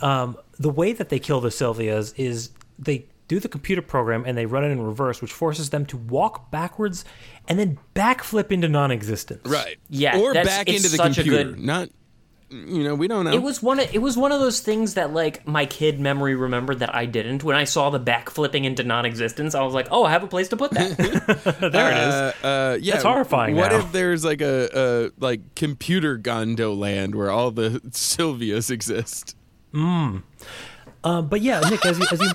Um, the way that they kill the Sylvias is they do the computer program and they run it in reverse, which forces them to walk backwards and then backflip into non-existence. right. Yeah, Or that's- back it's into the such a computer. good- Not, you know, we don't know. It was one. Of, it was one of those things that like my kid memory remembered that I didn't. When I saw the backflipping into non-existence, I was like, "Oh, I have a place to put that." there it is. uh, uh, yeah, That's horrifying What now. if there's like a, a like computer gondo land where all the Sylvias exist? Um, but yeah, Nick, as you, as you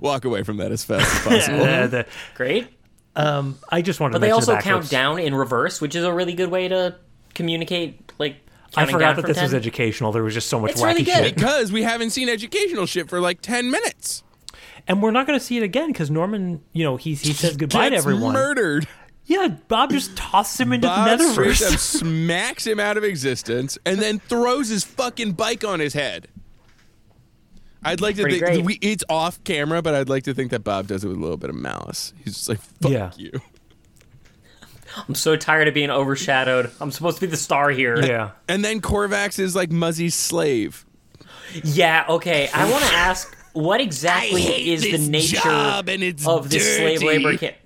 Walk away from that as fast as possible. uh, the, Great. um, I just wanted Uh-huh. But to they mention also the count backwards. down in reverse, which is a really good way to communicate. Like I counting down forgot that from this 10. was educational. There was just so much It's wacky really good. shit, because we haven't seen educational shit for like ten minutes. and we're not going to see it again because Norman, you know, he he says goodbye to Gets everyone. Murdered. Yeah, Bob just tosses him into Bob the straight up netherverse. smacks him out of existence and then throws his fucking bike on his head. I'd like to Pretty think great. we, it's off camera, but I'd like to think that Bob does it with a little bit of malice. He's just like, "Fuck Yeah. you." I'm so tired of being overshadowed. I'm supposed to be the star here. Yeah. And then Corvax is like Muzzy's slave. Yeah, okay. I want to ask what exactly is the nature and it's of this slave labor camp?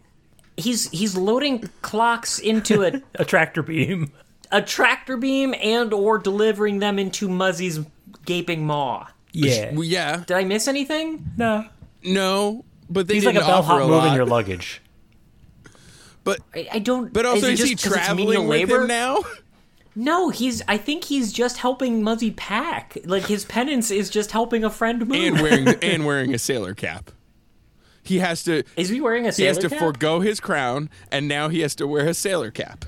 He's he's loading clocks into a, A tractor beam. a tractor beam and or delivering them into Muzzy's gaping maw. Yeah. Well, yeah, Did I miss anything? no. no, but they He's like didn't a offer a bellhop lot. moving your luggage. but I, I don't. but also it is, just he 'cause it's traveling menial with labor? him now? No, he's. I think he's just helping Muzzy pack. Like his penance is just helping a friend move. and wearing and wearing a sailor cap. He has to is he wearing a he sailor has to cap? forego his crown, and now he has to wear a sailor cap.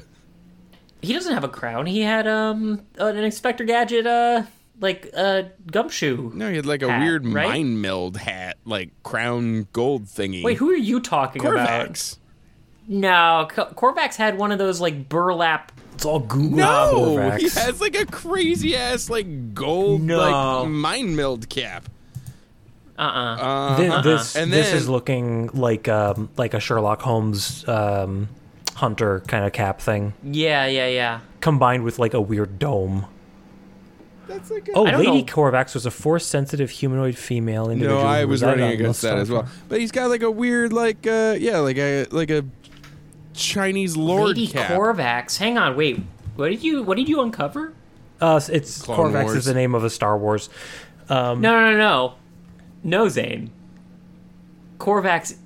he doesn't have a crown. He had um an Inspector Gadget uh like uh gumshoe. No, he had like a Hat, weird right? mind milled hat, like crown gold thingy. Wait, who are you talking about? Corvax? No, Co- Corvax had one of those like burlap. It's all goo. No, Corvax. he has like a crazy ass like gold No. like mind milled cap. Uh-uh. Thi- This, And this then- is looking like um, like a Sherlock Holmes um, hunter kind of cap thing, yeah, yeah, yeah. combined with like a weird dome. That's like a Oh, I don't Lady know. Korvax was a force-sensitive humanoid female No, individual. I who was resided running on against that Lestar as well. But he's got like a weird, like uh, yeah, like a like a Chinese lord Lady cap. Corvax. Hang on, wait. What did you what did you uncover? Uh, it's Clone Corvax Wars. is the name of a Star Wars. Um, No, no, no, no. No, Zane. Corvax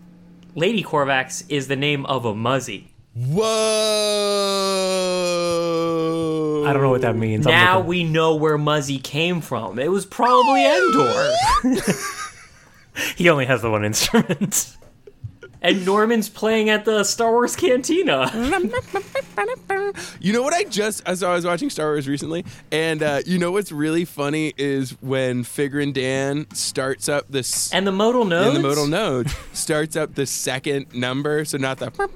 Lady Corvax is the name of a muzzy. Whoa! I don't know what that means. I'm Now looking- we know where Muzzy came from. It was probably Endor. he only has the one instrument. and Norman's playing at the Star Wars Cantina. You know what I just so I was watching Star Wars recently, and uh, you know what's really funny is when Figure and Dan starts up this And the modal nodes. and the modal node starts up the second number, so not the but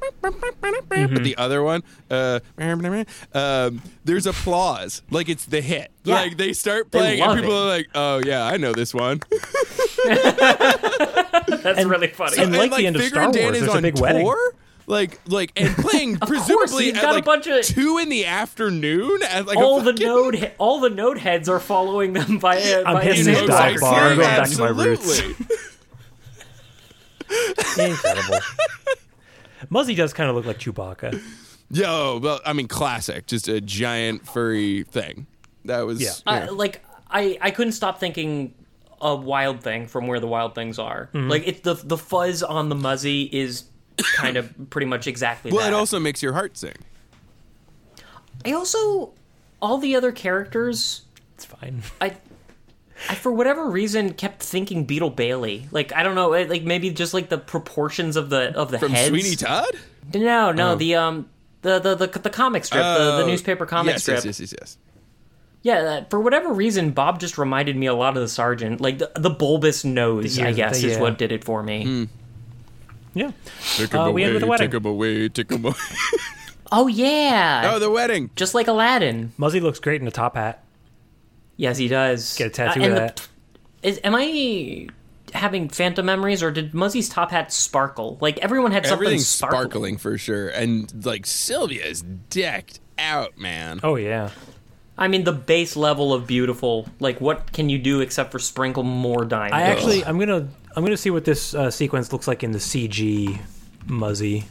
Mm-hmm. the other one. Uh, um, there's applause, like it's the hit. Yeah. Like they start They playing, and love people it. are like, "Oh yeah, I know this one." That's really funny. and- like the end of Figure Star and Dan Wars, is there's a on big wedding. tour? Like, like, and playing presumably he's at got a like bunch of- two in the afternoon at like a all the fucking- node he- all the node heads are following them by uh, I'm by hitting a this It's like, dive bar. I'm sandbox. going back to my roots. absolutely. Incredible. Muzzy does kind of look like Chewbacca. Yo, well, I mean, classic, just a giant furry thing. That was Yeah. Uh, like I, I couldn't stop thinking a wild thing from where the wild things are. Mm-hmm. Like it, the the fuzz on the muzzy is kind of pretty much exactly well, that. it also makes your heart sing. I also all the other characters It's fine. I I for whatever reason kept thinking Beetle Bailey. Like I don't know, it- like maybe just like the proportions of the of the From heads. Sweeney Todd? No, no, the um the the the, the comic strip, the, the Oh, newspaper comic yes, strip. Yes, yes, yes, yes. Yeah, uh, for whatever reason, Bob just reminded me a lot of the sergeant. Like the, the bulbous nose, The- I guess, the- is yeah. what did it for me. Hmm. Yeah. Take Uh, we end with a wedding. take him away, take him away. Oh yeah, oh, the wedding. just like Aladdin. Muzzy looks great in a top hat. Yes, he does. Get a tattoo Uh, and of the- that. is- am I having phantom memories, or did Muzzy's top hat sparkle? Like everyone had something Everything's sparkle. sparkling for sure. And, like, Sylvia is decked out, man. Oh yeah. I mean, the base level of beautiful. Like, what can you do except for sprinkle more diamonds? I actually, I'm gonna, I'm gonna see what this uh, sequence looks like in the CG Muzzy.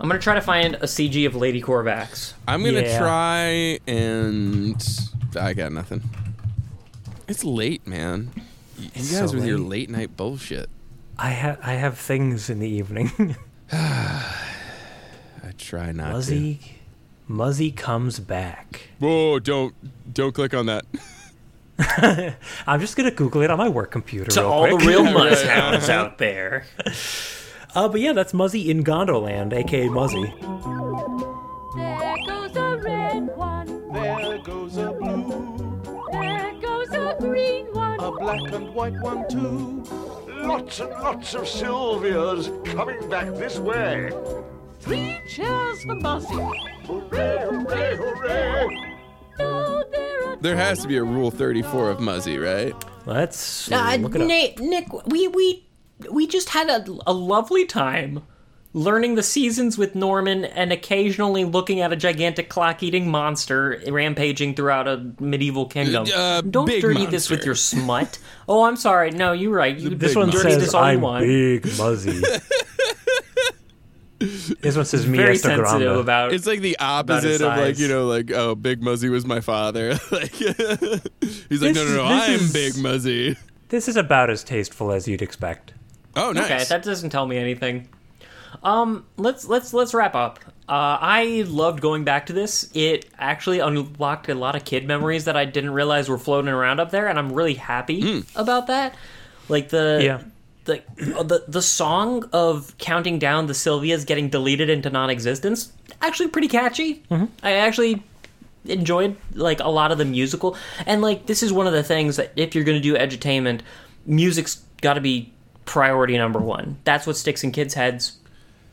I'm gonna try to find a CG of Lady Corvax. I'm going to Yeah. try and. I got nothing. It's late, man. You guys so with your late. late night bullshit. I have, I have things in the evening. I try not Muzzy, Muzzy comes back. to. Whoa, don't don't click on that. I'm just gonna Google it on my work computer. To real all quick. the real muzzhounds out there. Uh, but yeah, that's Muzzy in Gondoland, aka Muzzy. There goes a red one. There goes a blue, There goes a green one. a black and white one too. Lots and lots of Sylvias coming back this way. Three cheers for Muzzy. Hooray, hooray, hooray! No, there are There has to be a Rule 34 of Muzzy, right? Let's Uh, look it up. Nick, Nick, we we we just had a, a lovely time learning the seasons with Norman and occasionally looking at a gigantic clock-eating monster rampaging throughout a medieval kingdom. Uh, Don't big dirty this monster. with your smut. oh, I'm sorry. No, you're right. You This big one dirty says this all you I'm want. big Muzzy. this one says me Very esta sensitive grande. about. It's like the his opposite of like size. you know like oh Big Muzzy was my father. like he's like no no is- no this I'm is- Big Muzzy. This is about as tasteful as you'd expect. Oh nice. Okay, that doesn't tell me anything. Um, let's let's let's wrap up. Uh, I loved going back to this. It actually unlocked a lot of kid memories that I didn't realize were floating around up there, and I'm really happy Hmm. about that. Like the Yeah. the, uh, the the song of counting down the Sylvias getting deleted into non-existence actually pretty catchy. Mm-hmm. I actually enjoyed like a lot of the musical and like this is one of the things that if you're going to do edutainment music's got to be priority number 1 that's what sticks in kids heads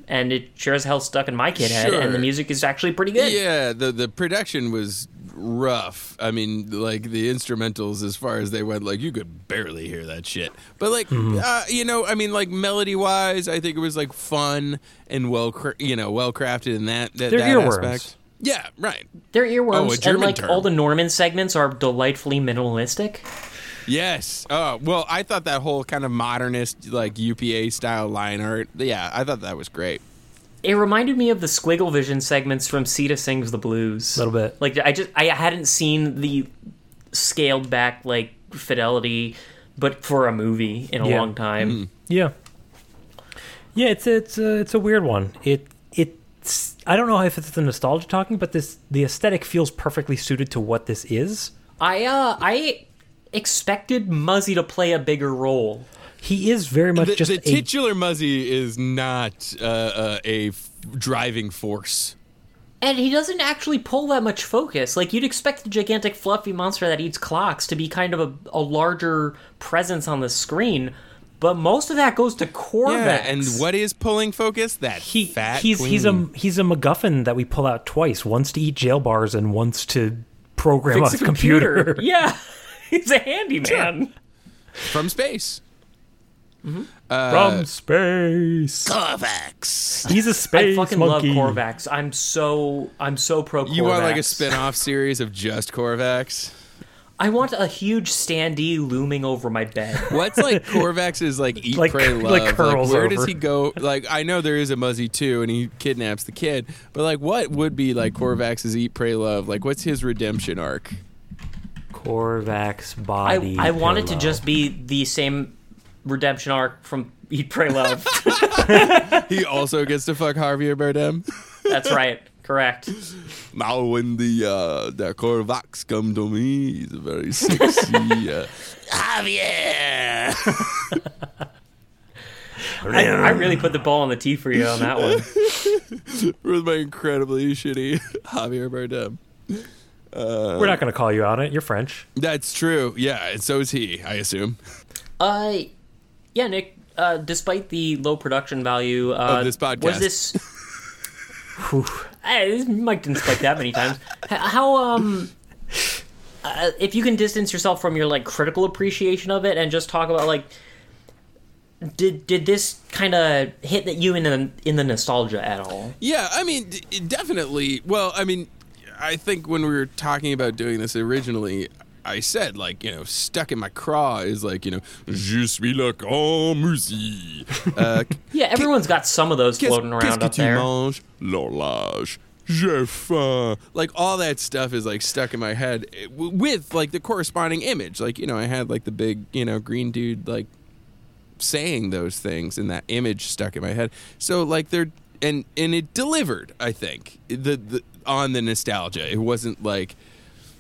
and it sure as hell stuck in my kid head. Sure. And the music is actually pretty good. Yeah, the the production was rough. I mean, like the instrumentals as far as they went, like you could barely hear that shit. But like, Mm-hmm. uh, you know, I mean, like melody wise, I think it was like fun and well, cr- you know, well crafted in that that, They're that earworms. aspect. Yeah, right. They're earworms, Oh, a and German like term. all the Norman segments are delightfully minimalistic. Yes. Oh well, I thought that whole kind of modernist, like UPA style line art. Yeah, I thought that was great. It reminded me of the Squiggle Vision segments from Sita Sings the Blues. Little bit. Like I just I hadn't seen the scaled back like fidelity, but for a movie in a Yeah. long time. Hmm. Yeah. Yeah, it's it's uh, it's a weird one. It it's I don't know if it's the nostalgia talking, but this the aesthetic feels perfectly suited to what this is. I uh I expected Muzzy to play a bigger role. He is very much The, just the a titular Muzzy is not uh, uh, a f- driving force. And he doesn't actually pull that much focus. Like you'd expect the gigantic fluffy monster that eats clocks to be kind of a, a larger presence on the screen, but most of that goes to Corvax. Yeah, and what is pulling focus? That he fat he's he's a queen. he's a MacGuffin that we pull out twice, once to eat jail bars and once to program Fix a a computer. yeah. He's a handyman. from space. From space, Corvax. he's Uh, a I space fucking monkey. love Corvax. I'm so I'm so pro Corvax. You want like a spin-off series of just Corvax? I want a huge standee looming over my bed. What's like Corvax's like eat Like- pray like love? curls where over. does he go? Like I know there is a Muzzy too, and he kidnaps the kid. But like, what would be like Corvax's eat pray love? Like, what's his redemption arc? Corvax I, body. I want it to pillow. just be the same redemption arc from Eat Pray Love. He also gets to fuck Javier Bardem. That's right. Correct. Now when the uh, the Corvax come to me, he's a very sexy uh, Javier. I, I really put the ball on the tee for you on that one. with my incredibly shitty Javier Bardem. Uh, We're not going to call you out on it. You're French. That's true. Yeah, and so is he, I assume. Uh, yeah, Nick. Uh, despite the low production value uh, Of this podcast. was this? Hey, this Mike didn't spike that many times. H- How um, uh, if you can distance yourself from your like critical appreciation of it and just talk about like, did did this kind of hit that you in the in the nostalgia at all? Yeah, I mean, d- definitely. Well, I mean, I think when we were talking about doing this originally, I said, like, you know, stuck in my craw is like, you know, je suis le grand musée. Uh, Yeah, everyone's got some of those Qu'est- floating qu'est-ce around que up tu there. manges? L'horloge. J'ai faim. Like all that stuff is like stuck in my head eh, w- with like the corresponding image. Like you know, I had like the big you know green dude like saying those things, and that image stuck in my head. So like they're and and it delivered. I think the, the on the nostalgia. It wasn't like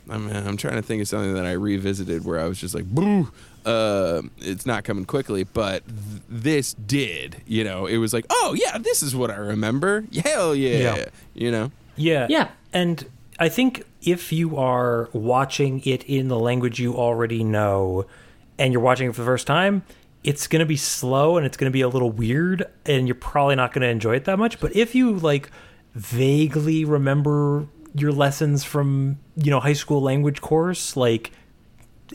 I'm, I'm trying to think of something that I revisited where I was just like, boo, uh, it's not coming quickly, but th- this did. You know, it was like, oh, yeah, this is what I remember. Hell yeah. Yeah. You know? Yeah. Yeah. And I think if you are watching it in the language you already know and you're watching it for the first time, it's going to be slow and it's going to be a little weird and you're probably not going to enjoy it that much. But if you like vaguely remember your lessons from, you know, high school language course, like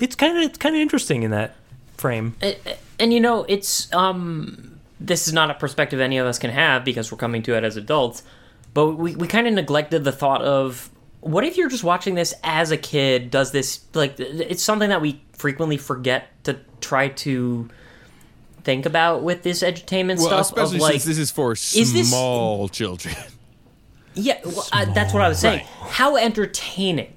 it's kind of it's kind of interesting in that frame. and you know it's um this is not a perspective any of us can have because we're coming to it as adults but we, we kind of neglected the thought of what if you're just watching this as a kid does this like th- it's something that we frequently forget to try to think about with this edutainment Well, stuff especially of like since this is for this- small children. yeah well, I, that's what i was saying how entertaining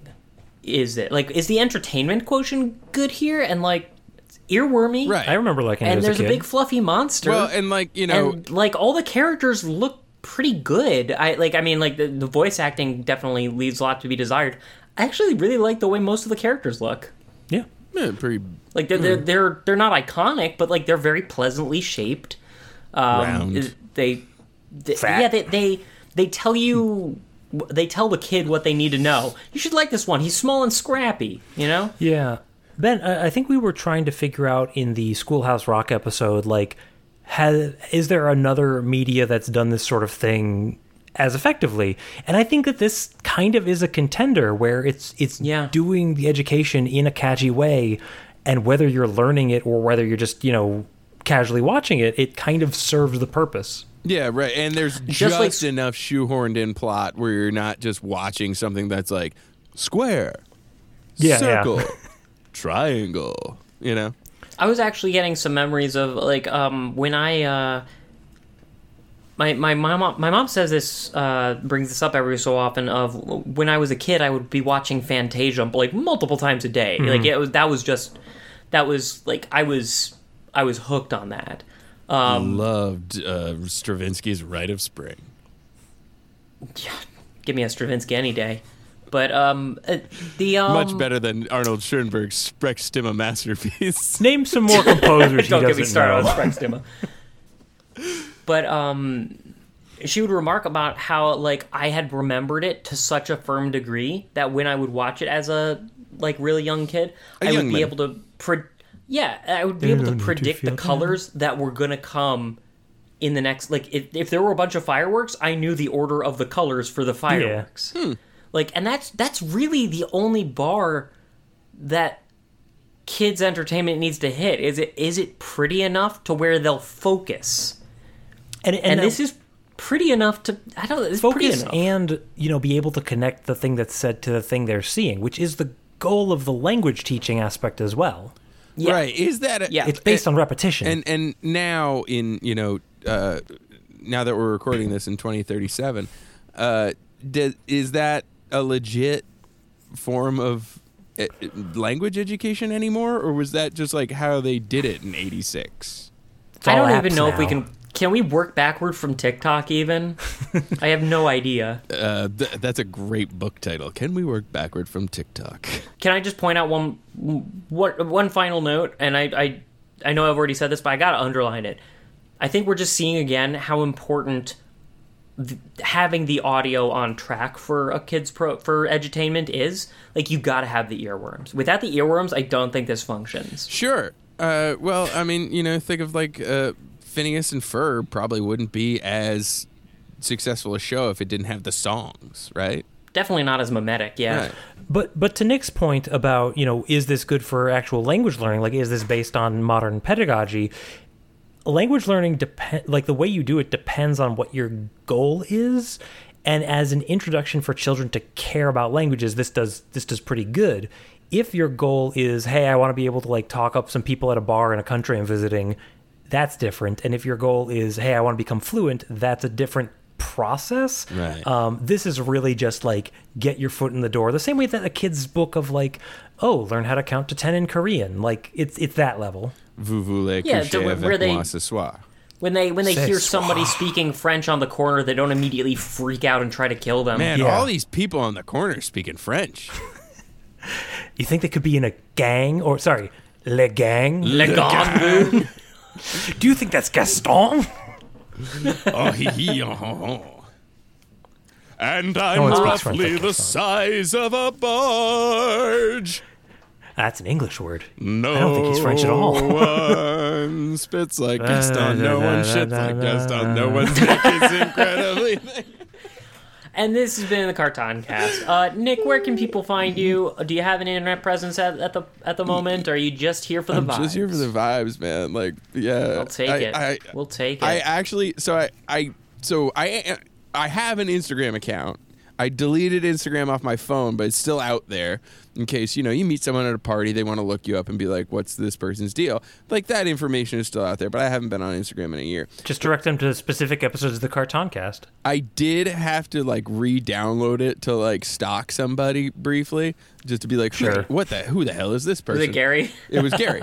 is it like is the entertainment quotient good here and like it's earwormy Right. I remember liking it and as there's a a, kid. big fluffy monster well, and like, you know, and like all the characters look pretty good. I like I mean like the, the voice acting definitely leaves a lot to be desired. I actually really like the way most of the characters look. yeah. eh, pretty Like they're they're, they're they're not iconic, but like they're very pleasantly shaped. Um, Round. They, they yeah they, they they tell you they tell the kid what they need to know. You should like this one. He's small and scrappy. You know. Yeah. Ben, I I think we were trying to figure out in the Schoolhouse Rock episode, like, has is there another media that's done this sort of thing as effectively? And I think that this kind of is a contender where it's it's Yeah. doing the education in a catchy way, and whether you're learning it or whether you're just you know casually watching it, it kind of serves the purpose. Yeah, right. And there's just, Just like- enough shoehorned in plot where you're not just watching something that's like square, Yeah, yeah. circle, triangle. You know, I was actually getting some memories of like um, when I uh, my my mom my mom says this uh, brings this up every so often of when I was a kid I would be watching Fantasia like multiple times a day like it was that was just that was like I was I was hooked on that loved uh, Stravinsky's Rite of Spring. give me a Stravinsky any day but um uh, the um, Much better than Arnold Schoenberg's Sprech Stimme masterpiece. Name some more composers. he Don't get me doesn't started know. on Frank Stimmer. but um, she would remark about how like I had remembered it to such a firm degree that when I would watch it as a like really young kid, I young would be man. able to pre- yeah, I would be able to predict the colors that were gonna come in the next like if, if there were a bunch of fireworks, I knew the order of the colors for the fireworks. Like, and that's that's really the only bar that kids entertainment needs to hit is it is it pretty enough to where they'll focus And, and and this is pretty enough to i don't know it's pretty focus enough. and you know be able to connect the thing that's said to the thing they're seeing which is the goal of the language teaching aspect as well Yeah. Right? Is that a, Yeah. it's based on repetition and and now in you know uh, now that we're recording this in 2037 uh, d- is that a legit form of uh, language education anymore or was that just like how they did it in 86 i all don't even apps know if we now. can can we work backward from tiktok even i have no idea uh, th- that's a great book title can we work backward from tiktok can i just point out one what one final note and i i i know i've already said this but i gotta underline it i think we're just seeing again how important having the audio on track for a kid's pro for edutainment is like you got to have the earworms. Without the earworms, I don't think this functions. Sure. Uh, well, I mean, you know, think of like uh, Phineas and Ferb probably wouldn't be as successful a show if it didn't have the songs, right? Definitely not as mimetic. Yeah, Right. but but to nick's point about you know is this good for actual language learning like is this based on modern pedagogy language learning depend like the way you do it depends on what your goal is and as an introduction for children to care about languages this does this does pretty good if your goal is hey i want to be able to like talk up some people at a bar in a country i'm visiting that's different and if your goal is hey i want to become fluent that's a different process Right. um, this is really just like get your foot in the door the same way that a kid's book of like oh learn how to count to 10 in korean like it's it's that level Vous voulez Yeah, coucher where- avec where they- moi ce soir. when they when they Say hear swa- somebody speaking French on the corner, they don't immediately freak out and try to kill them. Man, Yeah. all these people on the corner speaking French. You think they could be in a gang or sorry, le gang? Le gang. Do you think that's Gaston? oh, hee hee, oh, ho, ho. And I'm one speaks French roughly like the us, size of a barge. That's an English word. No I don't think he's French at all. one spits like Gaston. No one shits like Gaston. No one's dick is incredibly thick. and this has been the Carton Cast. Uh, Nick, where can people find you? Do you have an internet presence at, at the at the moment? Or are you just here for the I'm vibes? just here for the vibes, man. Like, yeah, We'll take I- it. I- we'll take it. I actually, so I, I, so I, I have an Instagram account. I deleted Instagram off my phone, but it's still out there in case you know you meet someone at a party, they want to look you up and be like, "What's this person's deal?" Like that information is still out there, but I haven't been on Instagram in a year. Just direct them to specific episodes of the Carton Cast. I did have to like re-download it to like stalk somebody briefly, just to be like, Sure. what the who the hell is this person?" was it Gary? It was Gary.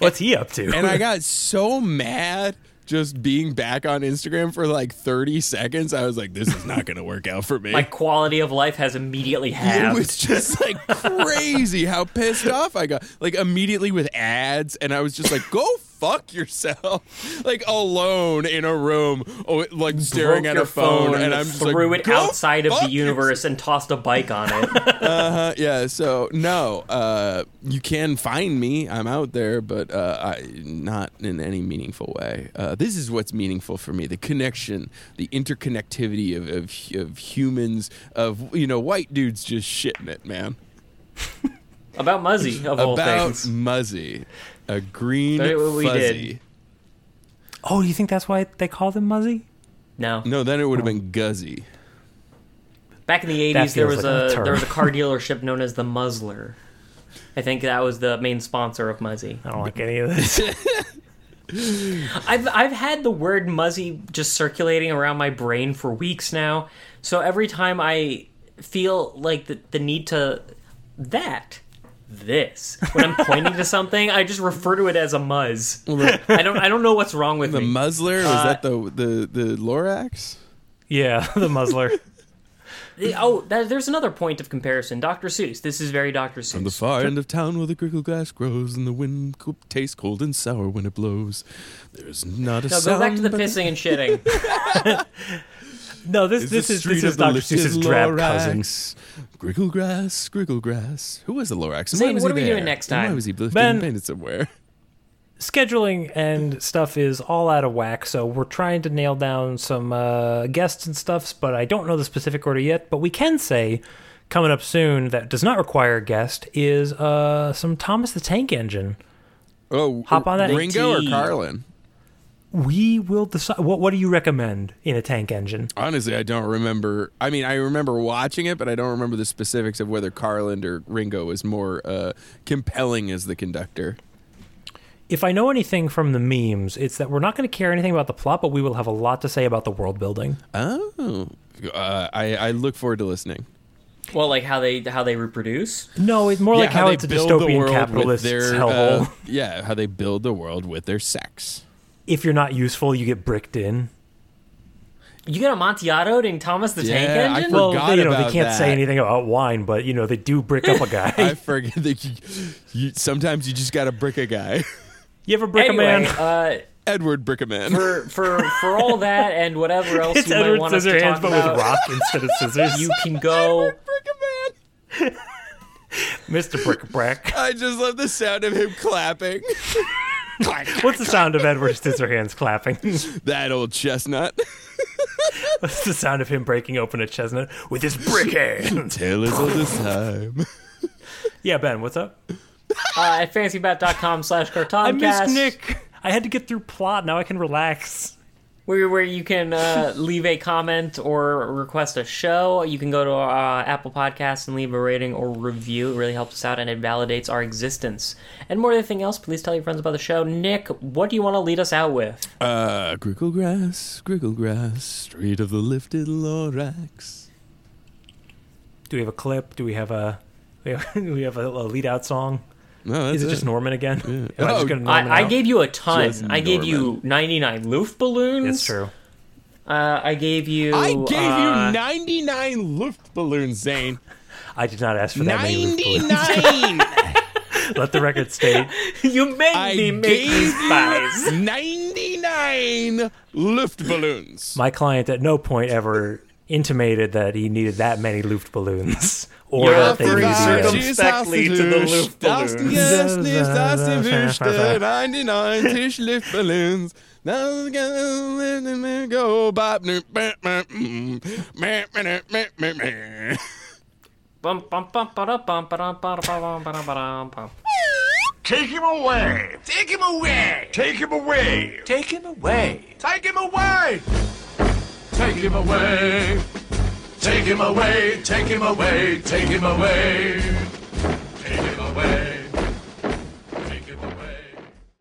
What's he up to? and I got so mad just being back on Instagram for like 30 seconds. I was like, this is not going to work out for me. My quality of life has immediately it halved. was just like crazy how pissed off I got. Like immediately with ads, and I was just like, go fuck yourself, like alone in a room, oh, like staring broke at your her phone, and I'm just threw like, it "Go outside of the fuck yourself." universe and tossed a bike on it. Uh, yeah, so no, uh, you can find me. I'm out there, but uh, I, not in any meaningful way. Uh, this is what's meaningful for me: the connection, the interconnectivity of of, of humans, of you know, white dudes just shitting it, man. About Muzzy of all About things. Muzzy, a green Tell you what we fuzzy. did. Oh, you think that's why they call them Muzzy? No. No, then it would have been Guzzy. Back in the That eighties, there feels was like a a term. there was a car dealership known as the Muzzler. I think that was the main sponsor of Muzzy. I don't like any of this. I've I've had the word Muzzy just circulating around my brain for weeks now. So every time I feel like the, the need to that this when I'm pointing to something, I just refer to it as a muzz. I don't I don't know what's wrong with The me. Muzzler was that the the the Lorax? yeah, the muzzler. The- oh, that, there's another point of comparison. Dr. Seuss. This is very Dr. Seuss. The far end of town where the grickle glass grows and the wind co- tastes cold and sour when it blows. There's not a no, go sound. back to the but pissing and shitting. No, this It's the this is street this of is the Dr. lifted Seuss's drab Lorax. cousin. Grickle grass, grickle grass. Who was the Lorax? and Zane, why was what he are we there? doing next And Why time? was he lifting Ben- painted somewhere? scheduling and stuff is all out of whack so we're trying to nail down some uh, guests and stuffs but i don't know the specific order yet but we can say coming up soon that does not require a guest is uh, some thomas the tank engine Oh, Hop on that Ringo AT. or Carlin? we will decide what, what do you recommend in a tank engine Honestly, I don't remember. I mean, I remember watching it, but I don't remember the specifics of whether Carlin or Ringo was more uh, compelling as the conductor. if i know anything from the memes it's that we're not going to care anything about the plot but we will have a lot to say about the world building Oh, uh, I, I look forward to listening. well, like how they how they reproduce. no it's more like how, they it's a build the world dystopian with capitalist their, hellhole uh, yeah, how they build the world with their sex. if you're not useful you get bricked in You get amontillado in Thomas the Tank Yeah, I Engine. forgot. Well, they, you know, about they can't that. say anything about wine, but you know, they do brick up a guy. I forget that you, you sometimes you just got to brick a guy. you ever brick anyway, a man? uh, Edward Brickaman. for for for all that and whatever else It's you Edward might want us to Scissorhands, talk but about, with rock instead of scissors. you can go. Brickaman. Mr. Brick Brack. I just love the sound of him clapping. Clack, clack. What's the sound of Edward Scissorhands clapping? that old chestnut. What's the sound of him breaking open a chestnut with his brick hands? Tale is of the time. yeah, Ben, what's up? uh, at fancybat.com slash I missed cartoncast Nick. I had to get through plot. Now I can relax. where, where you can uh, leave a comment or request a show you can go to uh, apple Podcasts and leave a rating or review it really helps us out and it validates our existence and more than anything else please tell your friends about the show nick what do you want to lead us out with Uh, grickle grass, grickle grass, street of the lifted Lorax. Do we have a clip? Do we have a we have, do we have a, a lead out song? No, that's Is it just Norman again? Am I Oh, just gonna Norman I, I out? gave you a ton Just i gave you 99 loof balloons It's true. uh, i gave you I gave uh, you 99 Luft balloons, Zane. I did not ask for that many. roof balloons. 99! Let the record state. you made I me make gave these pies you 99 Luft balloons. My client at no point ever intimated that he needed that many Luft balloons or You're that they offering needed circum- it. circumspectly to the Luft balloons. balloons. Go Bob. mm. Bum, bum, bum, ba-da, bum, ba-dum, ba-da, ba-dum, ba-dum, ba-dum, bum. Take him away! Take him away! Take him away! Take him away! Take him away! Take him away! Take him away! Take him away! Take him away!